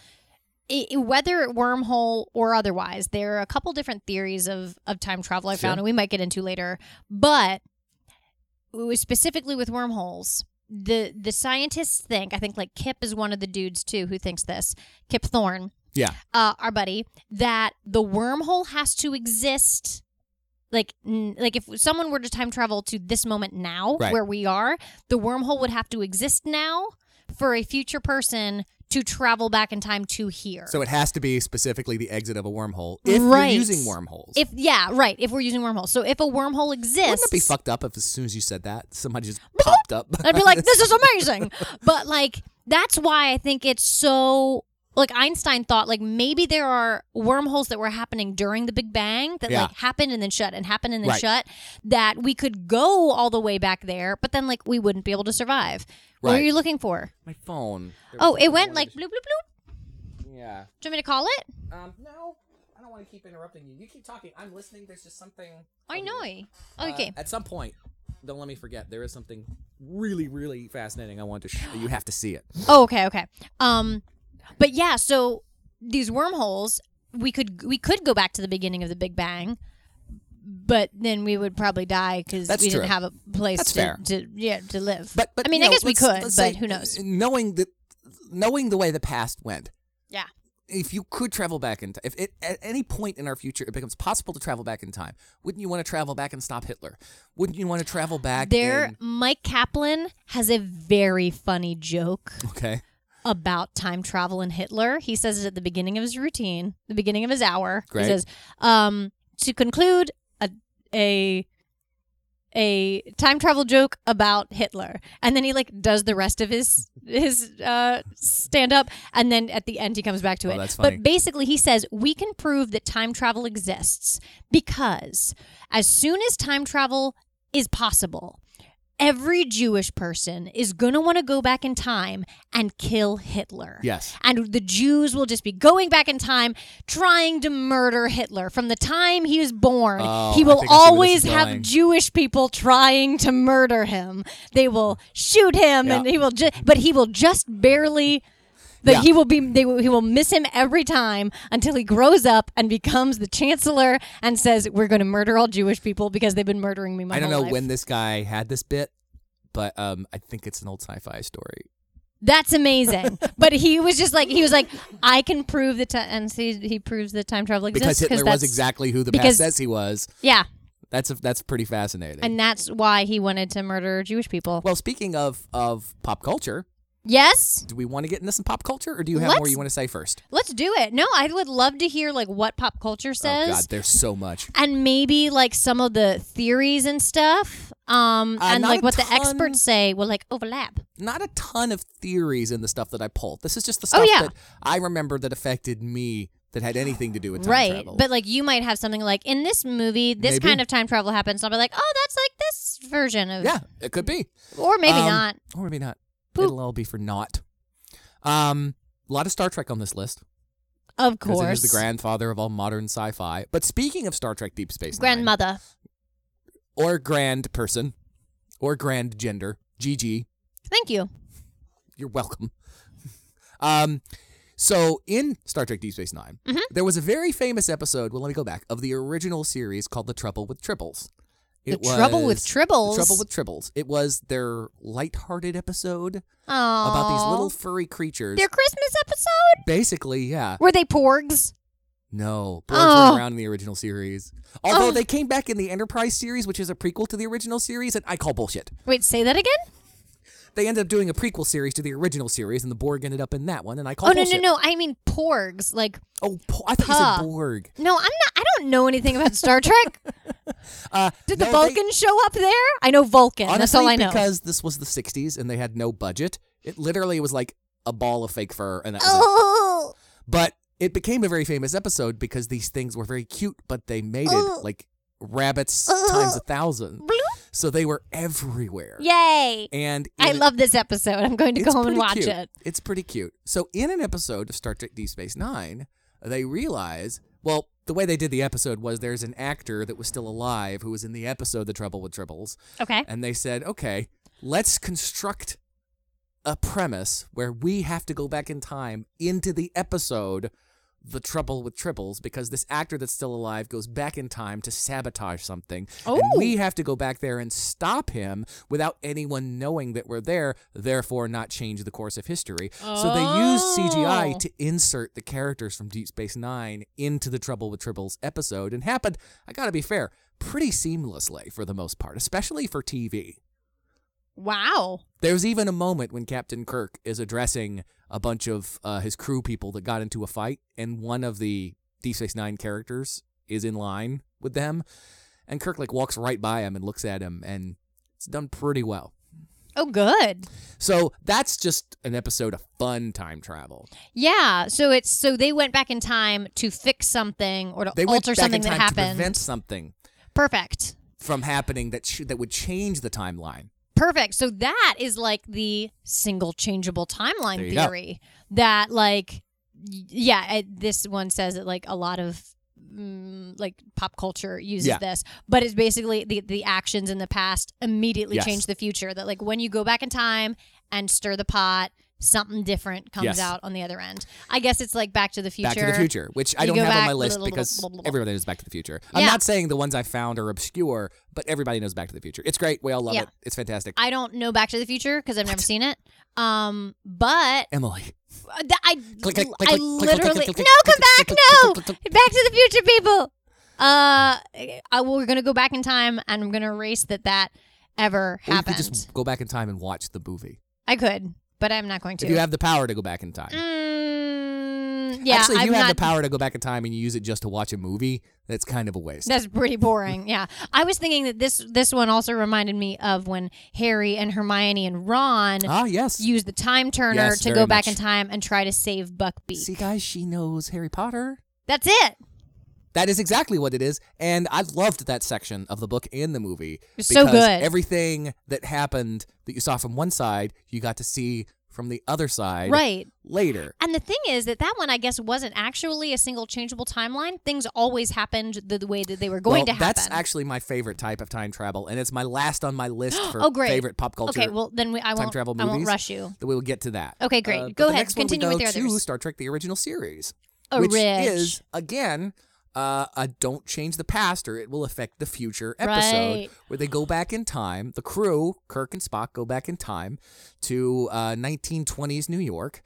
i i- whether wormhole or otherwise there are a couple different theories of of time travel i
Sure.
found and we might get into later but w- specifically with wormholes the the scientists think i think like kip is one of the dudes too who thinks this kip thorne
Yeah.
uh, our buddy that the wormhole has to exist like n- like if someone were to time travel to this moment now
Right.
where we are the wormhole would have to exist now for a future person to travel back in time to here
So it has to be specifically the exit of a wormhole if
Right.
you're using wormholes.
if yeah right if we're using wormholes so if a wormhole
Wouldn't
exists
it be fucked up if as soon as you said that, somebody just popped up?
I'd be like, this is amazing. But like, that's why I think it's so. Like Einstein thought, like maybe there are wormholes that were happening during the Big Bang that
Yeah.
like happened and then shut and happened and then
Right.
shut. That we could go all the way back there, but then like we wouldn't be able to survive. What are
Right.
you looking for?
My phone.
Oh, it went like bloop bloop bloop.
Yeah.
Do you want me to call it?
Um, no, I don't want to keep interrupting you. You keep talking. I'm listening. There's just something.
I know.
Uh,
Okay.
at some point, don't let me forget. There is something really, really fascinating. I want to. Sh- you have to see it.
Oh, okay, okay. Um, but yeah, so these wormholes, we could we could go back to the beginning of the Big Bang, but then we would probably die because we
That's
didn't
true.
have a place
That's
to,
fair.
to yeah to live.
But, but
I mean,
you
I
know,
guess we
let's-
could, but
let's say, uh,
who knows?
Knowing the, knowing the way the past went,
Yeah,
if you could travel back in time, if it, at any point in our future it becomes possible to travel back in time, wouldn't you want to travel back and stop Hitler? Wouldn't you want to travel back?
there.
and-
Mike Kaplan has a very funny joke
okay.
about time travel and Hitler. He says it at the beginning of his routine, the beginning of his hour.
Great.
He says, um, to conclude a a a time travel joke about Hitler. And then he like does the rest of his his uh stand up and then at the end he comes back to
Oh,
it.
that's funny.
But basically he says we can prove that time travel exists because as soon as time travel is possible, every Jewish person is going to want to go back in time and kill Hitler.
Yes.
And the Jews will just be going back in time trying to murder Hitler. From the time he was born,
Oh, I
he will
think I see where this
always
is
have
going.
Jewish people trying to murder him. They will shoot him and
Yeah.
he will ju- but he will just barely that
Yeah.
he will be they will, he will miss him every time until he grows up and becomes the chancellor and says we're going to murder all Jewish people because they've been murdering me my
I don't
whole
know
life."
when this guy had this bit, but um, I think it's an old sci-fi story.
That's amazing. but he was just like he was like, I can prove the time, and see, he proves that time travel
Because
exists
Hitler
that's-
was exactly who the past
because-
says he was.
yeah,
That's a, that's pretty fascinating.
and that's why he wanted to murder Jewish people.
well, speaking of of pop culture,
yes,
do we want to get into some pop culture, or do you have more
Let's-
you want to say first?
let's do it. No, I would love to hear like what pop culture
Oh God,
says,
there's so much.
and maybe like some of the theories and stuff, um,
Uh,
and
not
like
a
what the
ton.
experts say will like overlap.
not a ton of theories in the stuff that I pulled. This is just the stuff
Oh, yeah.
that I remember that affected me that had anything to do with time
right,
travel.
but like you might have something like in this movie, this
Maybe.
kind of time travel happens. And I'll be like, oh, that's like this version of,
yeah, it could be,
or uh, maybe
Um,
not.
or maybe not.
Boop.
It'll all be for naught. Um, a lot of Star Trek on this list.
Of
Because it is
course.
the grandfather of all modern sci-fi. But speaking of Star Trek: Deep Space Nine,
Grandmother.
or grand person, or grand gender, GG.
Thank you.
You're welcome. um, so in Star Trek: Deep Space 9
Mm-hmm.
there was a very famous episode. Well, let me go back of the original series called "The Trouble with Tribbles."
The Trouble with
was-
Tribbles?
The Trouble with Tribbles. It was their lighthearted episode
Aww.
about these little furry creatures.
Their Christmas episode?
Basically, yeah.
Were they porgs?
No, Borgs
Oh.
weren't around in the original series. Although
Oh.
they came back in the Enterprise series, which is a prequel to the original series, and I call bullshit.
Wait, say that again?
They ended up doing a prequel series to the original series, and the Borg ended up in that one, and I call
Oh, no,
bullshit.
no, no. I mean porgs. Like,
Oh, po- I thought
Puh.
you said Borg.
no, I'm not. I don't know anything about Star Trek.
Uh,
Did
no,
the
they-
Vulcan show up there? I know Vulcan. That's
honestly,
all I know.
Because this was the '60s and they had no budget. It literally was like a ball of fake fur, and that was it.
oh,
But it became a very famous episode because these things were very cute, but they made
Oh.
it like rabbits
Oh.
times a thousand.
bloop.
So they were everywhere.
yay.
And
I
in-
love this episode. I'm going to go
it's
home and
pretty
watch
cute.
it.
It's pretty cute. So in an episode of Star Trek Deep Space Nine, they realize well, the way they did the episode was there's an actor that was still alive who was in the episode The Trouble with Tribbles.
Okay.
And they said, okay, let's construct a premise where we have to go back in time into the episode The Trouble with Tribbles because this actor that's still alive goes back in time to sabotage something.
Oh.
And we have to go back there and stop him without anyone knowing that we're there, therefore not change the course of history. So they use
Oh.
CGI to insert the characters from Deep Space Nine into the Trouble with Tribbles episode and happened, I gotta be fair, pretty seamlessly for the most part, especially for TV.
Wow.
There's even a moment when Captain Kirk is addressing a bunch of uh, his crew people that got into a fight, and one of the Deep Space Nine characters is in line with them, and Kirk like walks right by him and looks at him, and it's done pretty well.
Oh, good.
So that's just an episode of fun time travel.
Yeah. So it's so they went back in time to fix something or to
They went
alter
back
something
in time
that happened.
to prevent something
Perfect.
from happening that sh- that would change the timeline.
Perfect. So that is like the single changeable timeline
There you go.
theory that like y- yeah, I- this one says that like a lot of mm, like pop culture uses
Yeah.
this, but it's basically the the actions in the past immediately
Yes.
change the future that like when you go back in time and stir the pot Something different comes
Yes.
out on the other end. I guess it's like Back to the Future.
Back to the Future, which I
You
don't
go
have on
back,
my
blah,
list
blah, blah,
because
blah, blah, blah.
everyone knows Back to the Future. I'm
Yeah.
not saying the ones I found are obscure, but everybody knows Back to the Future. It's great. We all love
Yeah.
it. It's fantastic.
I don't know Back to the Future because I've never seen it. Um, but
Emily.
Uh, th- I,
Click, click,
l-
click, click, click,
I
click,
literally
click, click,
no come
click, click, click,
back
click,
no
click, click,
back to the future people uh I, we're gonna go back in time and i'm gonna erase that that ever
Or you
happened
could just go back in time and watch the movie.
i could but i'm not going to
If you have the power to go back in time.
mm, yeah
Actually, if
I'm
you have
not,
the power to go back in time and you use it just to watch a movie, that's kind of a waste.
that's pretty boring yeah i was thinking that this this one also reminded me of when harry and hermione and ron
ah, yes.
used the time turner
Yes,
to
very
go back
much.
in time and try to save buckbeak
See, guys, she knows Harry Potter.
that's it
That is exactly what it is, and I loved that section of the book and the movie.
It's so
because
good.
Everything that happened that you saw from one side, you got to see from the other side.
right
Later.
And the thing is that that one, I guess, wasn't actually a single changeable timeline. Things always happened the, the way that they were
Well,
going to happen.
That's actually my favorite type of time travel, and it's my last on my list for
oh, great.
favorite pop culture.
Okay, well then we, I
time
won't.
travel
I won't
movies.
rush you.
that we will get to that. Uh,
Okay, great.
but
Go
the
ahead.
next one we
Continue with
go
your
to
others.
Star Trek: The Original Series,
Oh,
which
Rich.
is again. Uh, a don't change the past or it will affect the future episode
Right.
where they go back in time. The crew, Kirk and Spock, go back in time to uh, 1920s New York.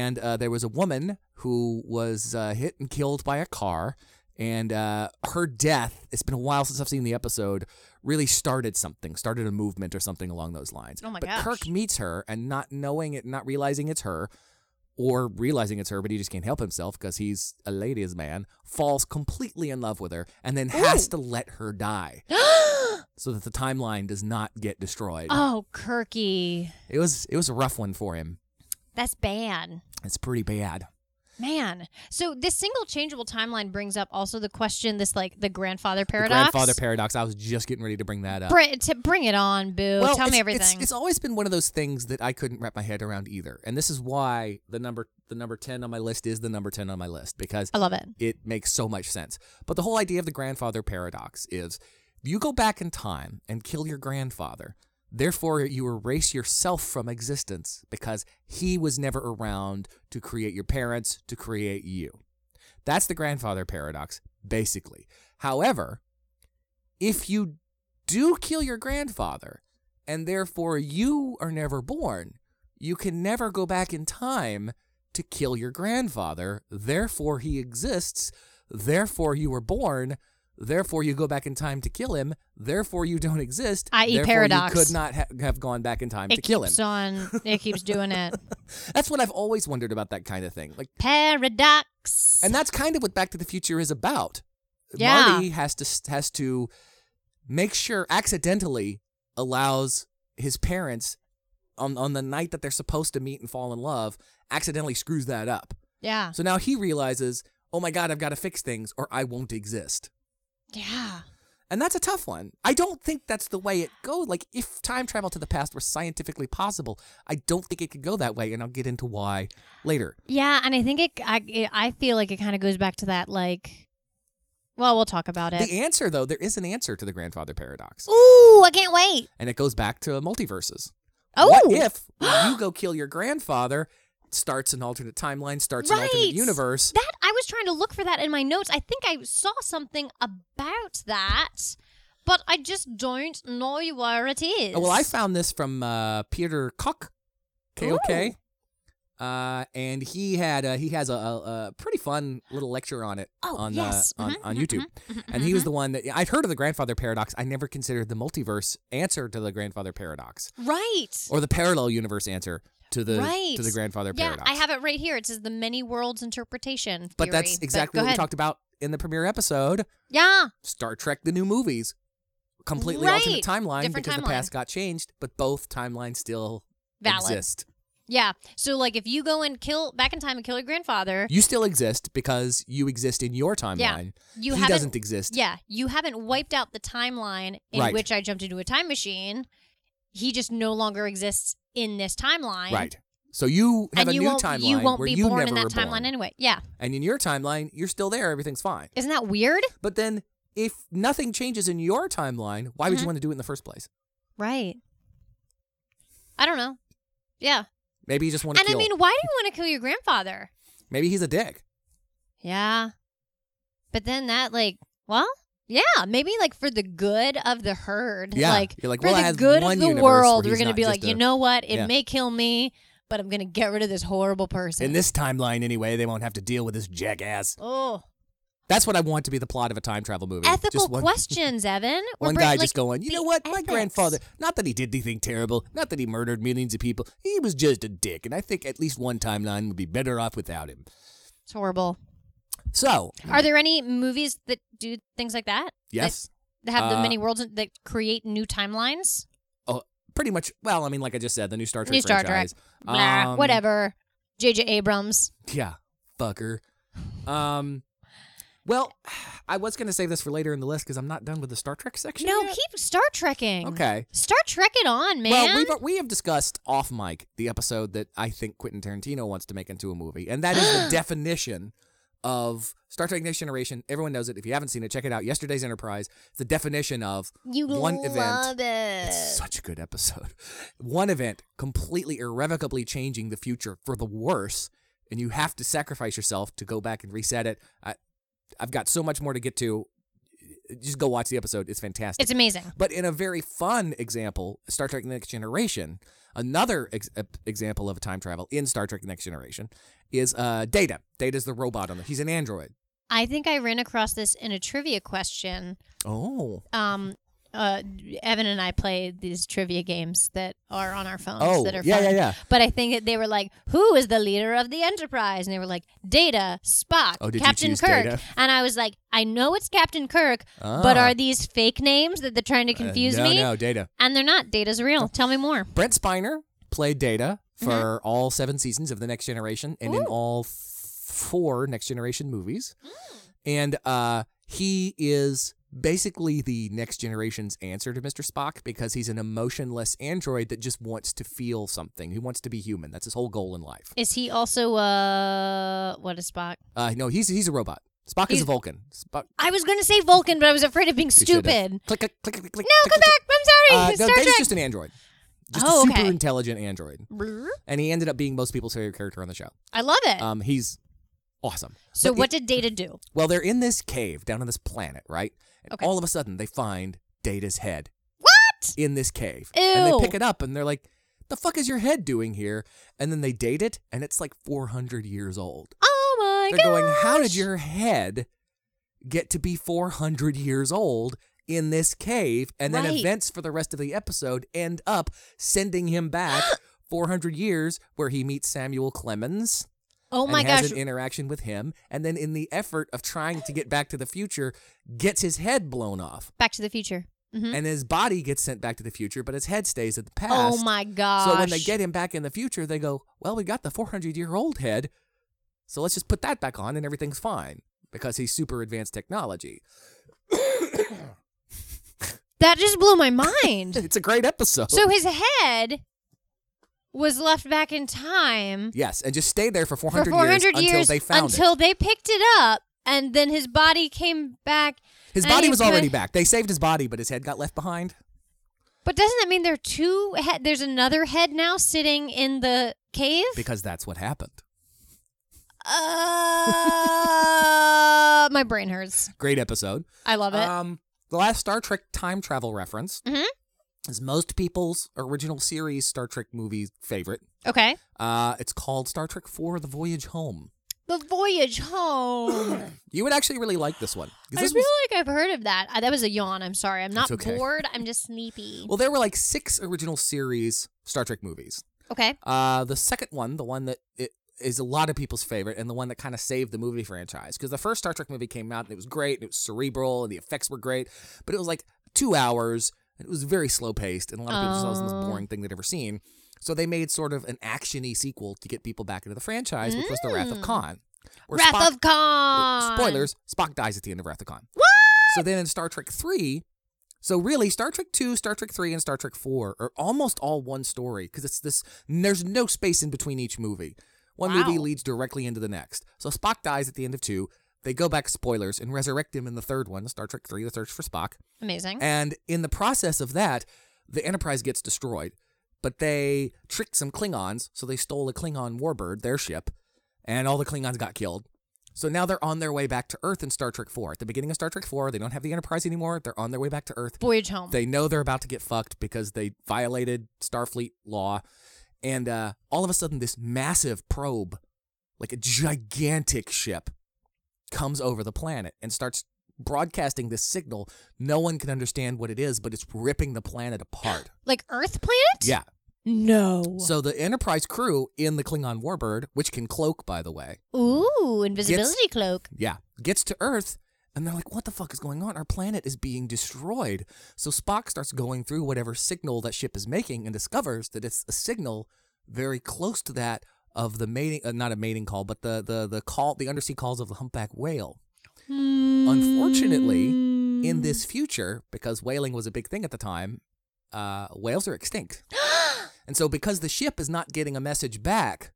And uh, there was a woman who was uh, hit and killed by a car. And uh, her death, it's been a while since I've seen the episode, really started something, started a movement or something along those lines.
Oh my
but
gosh.
Kirk meets her and not knowing it, not realizing it's her, or realizing it's her, but he just can't help himself because he's a ladies' man, falls completely in love with her and then has to let her die so that the timeline does not get destroyed.
Oh, Kirky,
It was it was a rough one for him.
that's bad.
It's pretty bad.
Man. So this single changeable timeline brings up also the question this like the grandfather
The
paradox.
grandfather paradox. I was just getting ready to bring that up.
Br- to bring it on, boo.
Well,
Tell me
it's- it's-
everything.
It's, always been one of those things that I couldn't wrap my head around either, and this is why the number the number ten on my list is the number ten on my list because
I love it.
it makes so much sense. But the whole idea of the grandfather paradox is you go back in time and kill your grandfather. Therefore, you erase yourself from existence because he was never around to create your parents, to create you. That's the grandfather paradox, basically. However, if you do kill your grandfather and therefore you are never born, you can never go back in time to kill your grandfather. Therefore, he exists. Therefore, you were born. Therefore, you go back in time to kill him. Therefore, you don't exist.
I.e.
Therefore,
paradox.
You could not ha- have gone back in time
It
to kill him.
keeps on. It keeps doing it.
That's what I've always wondered about that kind of thing. Like,
Paradox.
and that's kind of what Back to the Future is about.
Yeah.
Marty has to has to make sure accidentally allows his parents on on the night that they're supposed to meet and fall in love accidentally screws that up.
yeah.
So now he realizes, "Oh my god, I've got to fix things or I won't exist."
Yeah.
And that's a tough one. I don't think that's the way it goes. Like if time travel to the past were scientifically possible, I don't think it could go that way and I'll get into why later.
Yeah, and I think it. I it, I feel like it kind of goes back to that like. Well, we'll talk about it.
The answer though, there is an answer to the grandfather paradox.
Ooh, I can't wait.
and it goes back to multiverses.
Oh.
What if you go kill your grandfather, starts an alternate timeline, starts an alternate
Right.
universe?
That I was trying to look for that in my notes. I think I saw something about that, but I just don't know where it is.
Oh, Well, I found this from uh, Peter Koch, K O K, uh, and he had uh, he has a, a, a pretty fun little lecture on it
Oh,
on
yes.
uh, on,
Mhm,
on
mhm,
YouTube.
mhm,
and he was
mhm.
the one that I'd heard of the grandfather paradox. I never considered the multiverse answer to the grandfather paradox
right.
or the parallel universe answer to the
right
to the grandfather
yeah,
paradox.
I have it right here. It says the many worlds interpretation.
but
theory,
that's exactly
go
what we
ahead.
talked about in the premiere episode.
Yeah,
Star Trek the new movies. Completely alternate
Right.
timeline
Different
because
timeline.
the past got changed, but both timelines still
valid.
exist.
Yeah. So like, if you go and kill back in time and kill your grandfather,
You still exist because you exist in your timeline.
you
he
haven't-
doesn't exist.
yeah, you haven't wiped out the timeline in
Right.
which I jumped into a time machine. He just no longer exists in this timeline.
Right. So you have
and
a
you
new
won't
timeline
you won't
where
be
you
born
never
in
were
that
born.
timeline anyway. Yeah.
And in your timeline, you're still there. Everything's fine.
Isn't that weird?
But then, if nothing changes in your timeline, why would
Mhm.
you want to do it in the first place?
Right. I don't know. Yeah.
Maybe you just want
And
to kill.
I mean, why do you want to kill your grandfather?
Maybe he's a dick.
Yeah. But then that like, well, yeah, maybe like for the good of the herd,
Yeah.
like,
You're like,
for
well, I
the
have
good
one
of the
universe where
world, we're
he's
gonna
not
be
just
like, you
a-
know what? It
Yeah.
may kill me, but I'm gonna get rid of this horrible person.
In this timeline, anyway, they won't have to deal with this jackass.
oh,
That's what I want to be the plot of a time travel movie.
ethical
just one,
questions, Evan. We're
One
bring-
guy
like,
just going, you
the
know what? My
ethics."
grandfather, not that he did anything terrible, not that he murdered millions of people, he was just a dick. And I think at least one timeline would be better off without him.
It's horrible.
So,
Are there any movies that do things like that?
Hmm. yes,
That have the
Uh,
many worlds that create new timelines?
pretty much, well, I mean, like I just said, the new Star Trek
New Star
franchise.
Trek. Blah,
Um,
whatever. J.J. Abrams.
Yeah, fucker. Um, well, I was going to save this for later in the list because I'm not done with the Star Trek section.
No,
yet.
keep Star Trekking.
Okay.
Star Trek it on, man.
Well, we've, uh, we have discussed off mic the episode that I think Quentin Tarantino wants to make into a movie, and that is the definition of Star Trek Next Generation. Everyone knows it. If you haven't seen it, check it out. Yesterday's Enterprise. It's the definition of
you
one
love
event.
it.
It's such a good episode. One event completely irrevocably changing the future for the worse, and you have to sacrifice yourself to go back and reset it. I, I've got so much more to get to. Just go watch the episode. It's fantastic.
It's amazing.
But in a very fun example, Star Trek Next Generation, another ex- e- example of a time travel in Star Trek Next Generation is uh, Data. Data's the robot on the. He's an android.
I think I ran across this in a trivia question.
Oh.
Um, uh, Evan and I play these trivia games that are on our phones
Oh,
that are
yeah,
fun.
yeah, yeah.
But I think that they were like, "Who is the leader of the Enterprise?" And they were like, "Data, Spock,
Oh, did you
Captain
choose
Kirk."
Data?
And I was like, "I know it's Captain Kirk, but
Ah.
are these fake names that they're trying to confuse
Uh, no,
me?"
No, Data.
And they're not. Data's real. Tell me more.
Brent
Mm-hmm.
Spiner played Data for all seven seasons of The Next Generation and in all f- four Next Generation movies,
Mm.
and uh, he is basically the Next Generation's answer to Mister Spock because he's an emotionless android that just wants to feel something. He wants to be human. That's his whole goal in life.
Is he also uh what is Spock?
Uh, no, he's he's a robot. Spock is
He's-
a Vulcan. Spock.
I was going to say Vulcan, but I was afraid of being
you should've.
stupid.
Click, click, click, click, click.
No,
click,
come back. I'm sorry.
Uh, no,
Star
Data's
Trek.
just an android. Just
Oh,
a super
okay.
intelligent android.
Brr.
And he ended up being most people's favorite character on the show.
I love it.
Um, he's awesome.
Eh. so
But
what did Data do?
Well, they're in this cave down on this planet, right? And
Okay.
all of a sudden, they find Data's head
What?
in this cave. And they
Ew.
pick it up and they're like, the fuck is your head doing here? And then they date it and it's like 400 years old.
Oh my
They're
god.
going, how did your head get to be 400 years old in this cave? And then
Right.
events for the rest of the episode end up sending him back 400 years where he meets Samuel Clemens
Oh my
and
gosh.
has an interaction with him, and then in the effort of trying to get back to the future, gets his head blown off,
Back to the Future. hmm
and his body gets sent back to the future, but his head stays at the past.
Oh my gosh.
So when they get him back in the future, they go, "Well, we got the 400 year old head, so let's just put that back on, and everything's fine because he's super advanced technology."
that just blew my mind.
It's a great episode.
so his head was left back in time
yes, and just stay there for
for
400,
400 years,
until they found it.
until they picked it up, and then his body came back.
His
and
body
he
was already
put-
back. They saved his body, but his head got left behind.
But doesn't that mean there are two head? There's another head now sitting in the cave.
because that's what happened.
uh, my brain hurts.
Great episode.
I love it.
Um, the last Star Trek time travel reference
Mhm.
is most people's original series Star Trek movie favorite.
okay.
Uh, it's called Star Trek Four: The Voyage Home.
The voyage home.
You would actually really like this one. 'cause
I
this
feel like I've heard of that. Uh, that was a yawn. I'm sorry. I'm not
It's okay.
bored. I'm just sleepy.
well, there were like six original series Star Trek movies.
okay.
Uh, the second one, the one that it is a lot of people's favorite, and the one that kind of saved the movie franchise, because the first Star Trek movie came out and it was great, and it was cerebral, and the effects were great, but it was like two hours, and it was very slow paced, and a lot of people just thought it was the most
Oh.
boring thing they'd ever seen. So they made sort of an actiony sequel to get people back into the franchise, which was the Wrath of
Mm.
Khan. where
Wrath
Spock-
of Khan.
Spoilers: Spock dies at the end of Wrath of Khan. So then in Star Trek three, so really Star Trek two, Star Trek three, and Star Trek four are almost all one story because it's this. There's no space in between each movie. One movie
Wow.
leads directly into the next. So Spock dies at the end of two. They go back spoilers and resurrect him in the third one, Star Trek three, The Search for Spock.
Amazing.
And in the process of that, the Enterprise gets destroyed, but they tricked some Klingons, so they stole a Klingon warbird, their ship, and all the Klingons got killed. So now they're on their way back to Earth in Star Trek 4. At the beginning of Star Trek 4, they don't have the Enterprise anymore. They're on their way back to Earth.
voyage home.
They know they're about to get fucked because they violated Starfleet law. And uh, all of a sudden, this massive probe, like a gigantic ship, comes over the planet and starts broadcasting this signal. No one can understand what it is, but it's ripping the planet apart.
like Earth planet?
yeah.
No.
So the Enterprise crew in the Klingon Warbird, which can cloak, by the way,
Ooh, invisibility cloak.
Yeah. Gets to Earth and they're like, what the fuck is going on? Our planet is being destroyed. So Spock starts going through whatever signal that ship is making and discovers that it's a signal very close to that of the mating, uh, not a mating call, but the, the, the call, the undersea calls of the humpback whale. Unfortunately, in this future, because whaling was a big thing at the time, uh, whales are extinct. and so, because the ship is not getting a message back,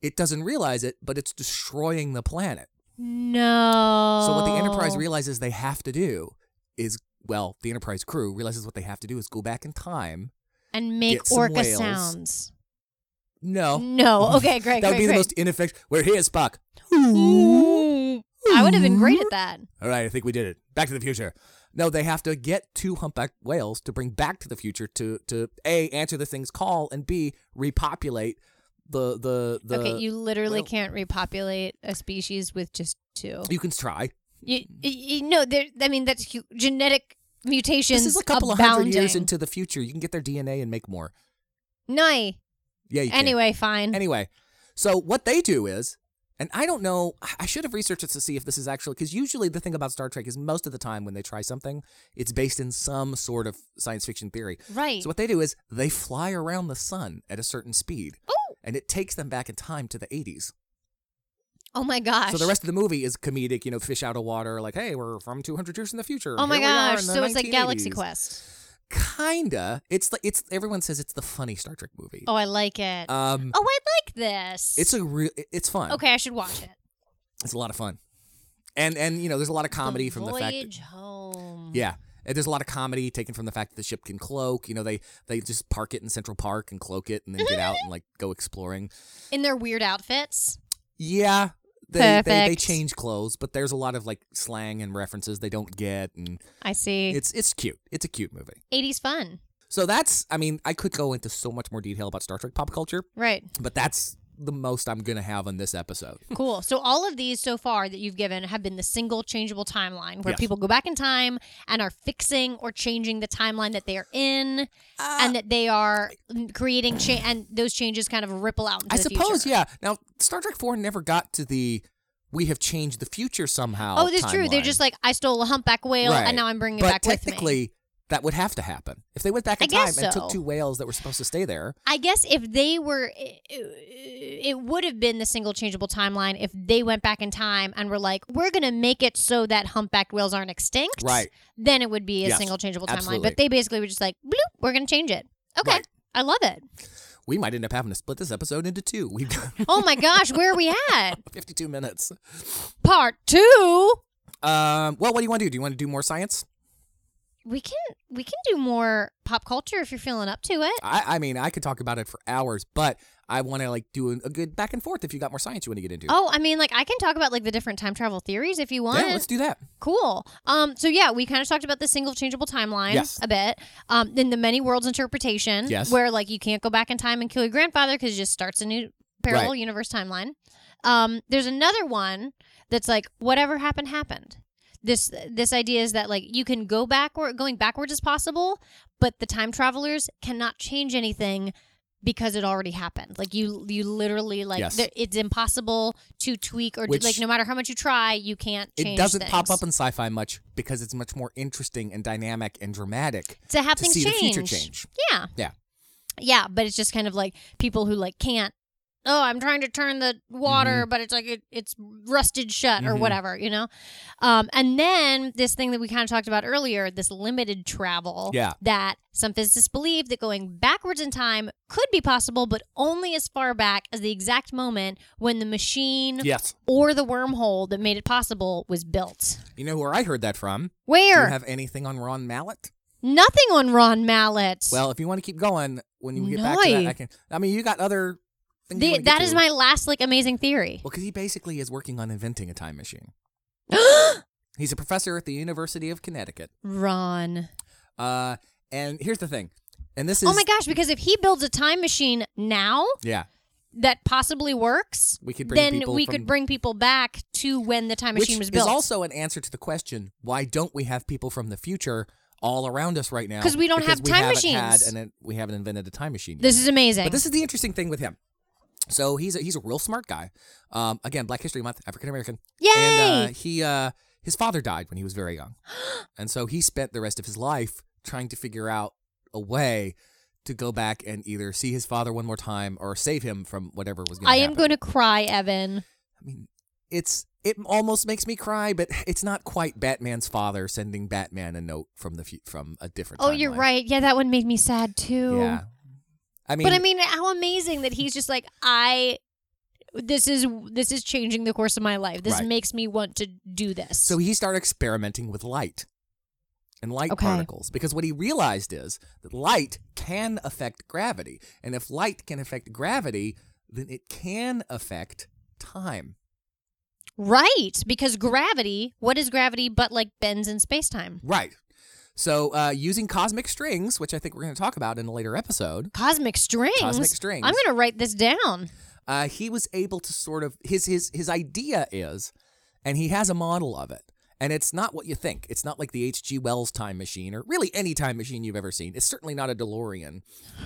it doesn't realize it, but it's destroying the planet.
No.
So what the
Oh.
Enterprise realizes they have to do is, well, the Enterprise crew realizes what they have to do is go back in time.
and make
get some
orca
whales.
sounds.
No.
No. Okay, great,
that would
great,
be the
great.
most ineffective. We're here, Spock.
Ooh. I would have been great at that.
All right, I think we did it. Back to the future. No, they have to get two humpback whales to bring back to the future to to a answer the thing's call and b repopulate the the the.
okay, you literally
well-
can't repopulate a species with just two.
You can try.
You, you, you no, there. I mean, that's hu- genetic mutations.
This is a couple
abounding.
of hundred years into the future. You can get their DNA and make more.
No.
Yeah. You can.
Anyway, fine.
Anyway, so what they do is, and I don't know, I- I should have researched it to see if this is actually, because usually the thing about Star Trek is most of the time when they try something, it's based in some sort of science fiction theory.
right.
So what they do is they fly around the sun at a certain speed,
oh,
and it takes them back in time to the 80s.
Oh my gosh.
So the rest of the movie is comedic, you know, fish out of water, like, hey, we're from 200 years in the future.
Oh my
Here we are
gosh.
in the
So it's like Galaxy
1980s."
Quest.
Kinda. It's like it's everyone says it's the funny Star Trek movie.
Oh, I like it.
Um,
oh, I like this.
it's a real. It's fun.
okay. I should watch it.
It's a lot of fun, and and you know, there's a lot of comedy from the fact. That,
Voyage home.
yeah. And there's a lot of comedy taken from the fact that the ship can cloak. You know, they they just park it in Central Park and cloak it, and then get out and like go exploring.
In their weird outfits.
Yeah, they, they they
Perfect.
change clothes, but there's a lot of like slang and references they don't get, and
I see.
it's it's cute. It's a cute movie.
80s fun.
So that's, I mean, I could go into so much more detail about Star Trek pop culture,
Right.
but that's the most I'm going to have on this episode.
Cool. So all of these so far that you've given have been the single changeable timeline where
Yes.
people go back in time and are fixing or changing the timeline that they are in and that they are creating cha- and those changes kind of ripple out into
I
the
suppose,
future.
yeah. Now, Star Trek 4 never got to the we have changed the future somehow.
Oh, that's true. They're
timeline.
just like I stole a humpback whale
Right.
and now I'm bringing it
But
back
technically,
with me.
that would have to happen. If they went back
I
in time
guess
and
so.
took two whales that were supposed to stay there,
I guess if they were it, it would have been the single changeable timeline if they went back in time and were like we're going to make it so that humpback whales aren't extinct.
right.
then it would be a
Yes,
single changeable timeline.
absolutely.
But they basically were just like, bloop, we're going to change it. Okay.
Right.
I love it.
We might end up having to split this episode into two. We've got
Oh my gosh, where are we at?
52 minutes.
Part two.
Um, well, what do you want to do? Do you want to do more science?
We can we can do more pop culture if you're feeling up to it.
I, I mean, I could talk about it for hours, but I want to like do a, a good back and forth. If you got more science you want to get into,
Oh, I mean, like I can talk about like the different time travel theories if you want.
yeah, let's do that.
Cool. Um, so yeah, we kind of talked about the single changeable timeline
Yes.
a bit. Um, then the many worlds interpretation,
Yes.
where like you can't go back in time and kill your grandfather because it just starts a new parallel
Right.
universe timeline. Um, there's another one that's like whatever happened happened. This this idea is that like you can go backward, going backwards is possible, but the time travelers cannot change anything because it already happened. Like you you literally like
Yes.
there, it's impossible to tweak or do-
Which-
like no matter how much you try, you can't. change
It doesn't
things.
pop up in sci-fi much because it's much more interesting and dynamic and dramatic
to have
to
things
see
change.
the future change.
Yeah.
Yeah.
Yeah, but it's just kind of like people who like can't. Oh, I'm trying to turn the
Mm-hmm.
water, but it's like it, it's rusted shut or
Mhm.
whatever, you know. Um, and then this thing that we kind of talked about earlier, this limited travel.
Yeah.
That some physicists believe that going backwards in time could be possible, but only as far back as the exact moment when the machine
Yes.
or the wormhole that made it possible was built.
You know where I heard that from? Do
Where?
you have anything on Ron Mallet?
Nothing on Ron Mallet.
Well, if you want to keep going, when you get back to that,
Noi.
I can. I mean, you got other. Things you
The,
wanna get
that is
to.
my last like amazing theory.
Well, because he basically is working on inventing a time machine. He's a professor at the University of Connecticut.
Ron.
Uh, and here's the thing, and this is
Oh my gosh, because if he builds a time machine now
yeah.
that possibly works,
We could bring
then
people
we
from-
could bring people back to when the time machine
Which
was built.
is also an answer to the question: Why don't we have people from the future all around us right now?
'Cause we don't
Because
have
we
time
haven't
machines.
Had and we haven't invented a time machine. Yet.
this is amazing.
but this is the interesting thing with him. So he's a, he's a real smart guy. Um, again, Black History Month, African American,
Yay!
and uh, he uh, his father died when he was very young, and so he spent the rest of his life trying to figure out a way to go back and either see his father one more time or save him from whatever was going.
I am going to cry, Evan.
I mean, it's it almost makes me cry, but it's not quite Batman's father sending Batman a note from the fu- from a different.
Oh, you're
timeline.
right. Yeah, that one made me sad too.
Yeah, I mean,
but I mean, how amazing that he's just like I. This is this is changing the course of my life. This
Right.
makes me want to do this.
so he started experimenting with light and light
Okay.
particles because what he realized is that light can affect gravity, and if light can affect gravity, then it can affect time.
Right, because gravity, what is gravity but like bends in space time?
Right. So, uh, using cosmic strings, which I think we're going to talk about in a later episode,
Cosmic strings.
Cosmic strings.
I'm going to write this down.
uh, he was able to sort of his his his idea is, and he has a model of it. And it's not what you think. It's not like the H.G. Wells time machine or really any time machine you've ever seen. It's certainly not a DeLorean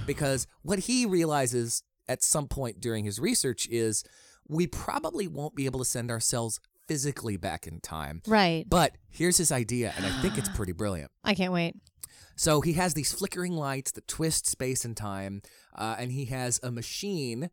because what he realizes at some point during his research is we probably won't be able to send ourselves physically back in time.
Right.
But here's his idea, and I think it's pretty brilliant.
I can't wait.
So he has these flickering lights that twist space and time, uh, and he has a machine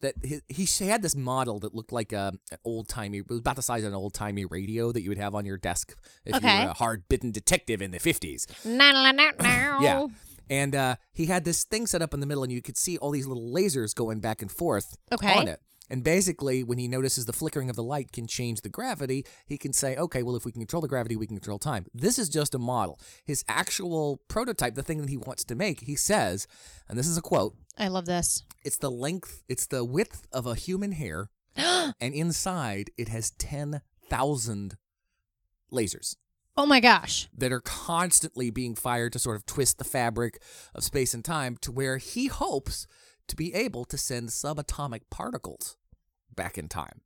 that he, he had this model that looked like a, an old timey, it was about the size of an old timey radio that you would have on your desk if
Okay.
you were a hard bitten detective in the 50s.
Na, na, na, na.
Yeah. And uh, he had this thing set up in the middle, and you could see all these little lasers going back and forth
Okay.
on it. And basically, when he notices the flickering of the light can change the gravity, he can say, okay, well, if we can control the gravity, we can control time. This is just a model. His actual prototype, the thing that he wants to make, he says, and this is a quote
I love this.
it's the length, it's the width of a human hair, and inside it has 10,000 lasers
Oh my gosh.
that are constantly being fired to sort of twist the fabric of space and time to where he hopes to be able to send subatomic particles back in time.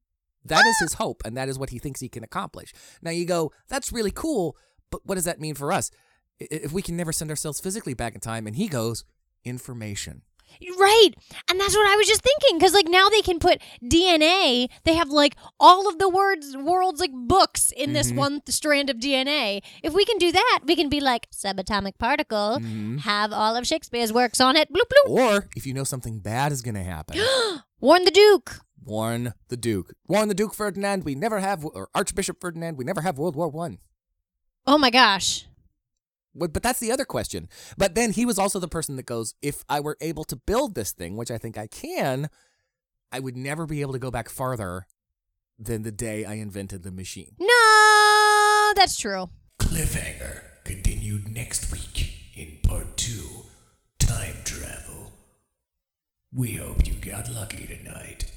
That is his hope, and that is what he thinks he can accomplish. Now you go, that's really cool, but what does that mean for us? I- If we can never send ourselves physically back in time, and he goes, information.
Right. And that's what I was just thinking cuz like now they can put DNA, they have like all of the words world's like books in this
Mm-hmm.
one th- strand of DNA. If we can do that, we can be like subatomic particle,
Mm-hmm.
have all of Shakespeare's works on it. Bloop bloop.
Or if you know something bad is going to happen,
Warn the duke.
warn the Duke. Warn the Duke Ferdinand, we never have, or Archbishop Ferdinand, we never have World War One.
Oh my gosh.
But, but that's the other question. But then he was also the person that goes, if I were able to build this thing, which I think I can, I would never be able to go back farther than the day I invented the machine.
No, that's true.
Cliffhanger continued next week in part two Time Travel. We hope you got lucky tonight.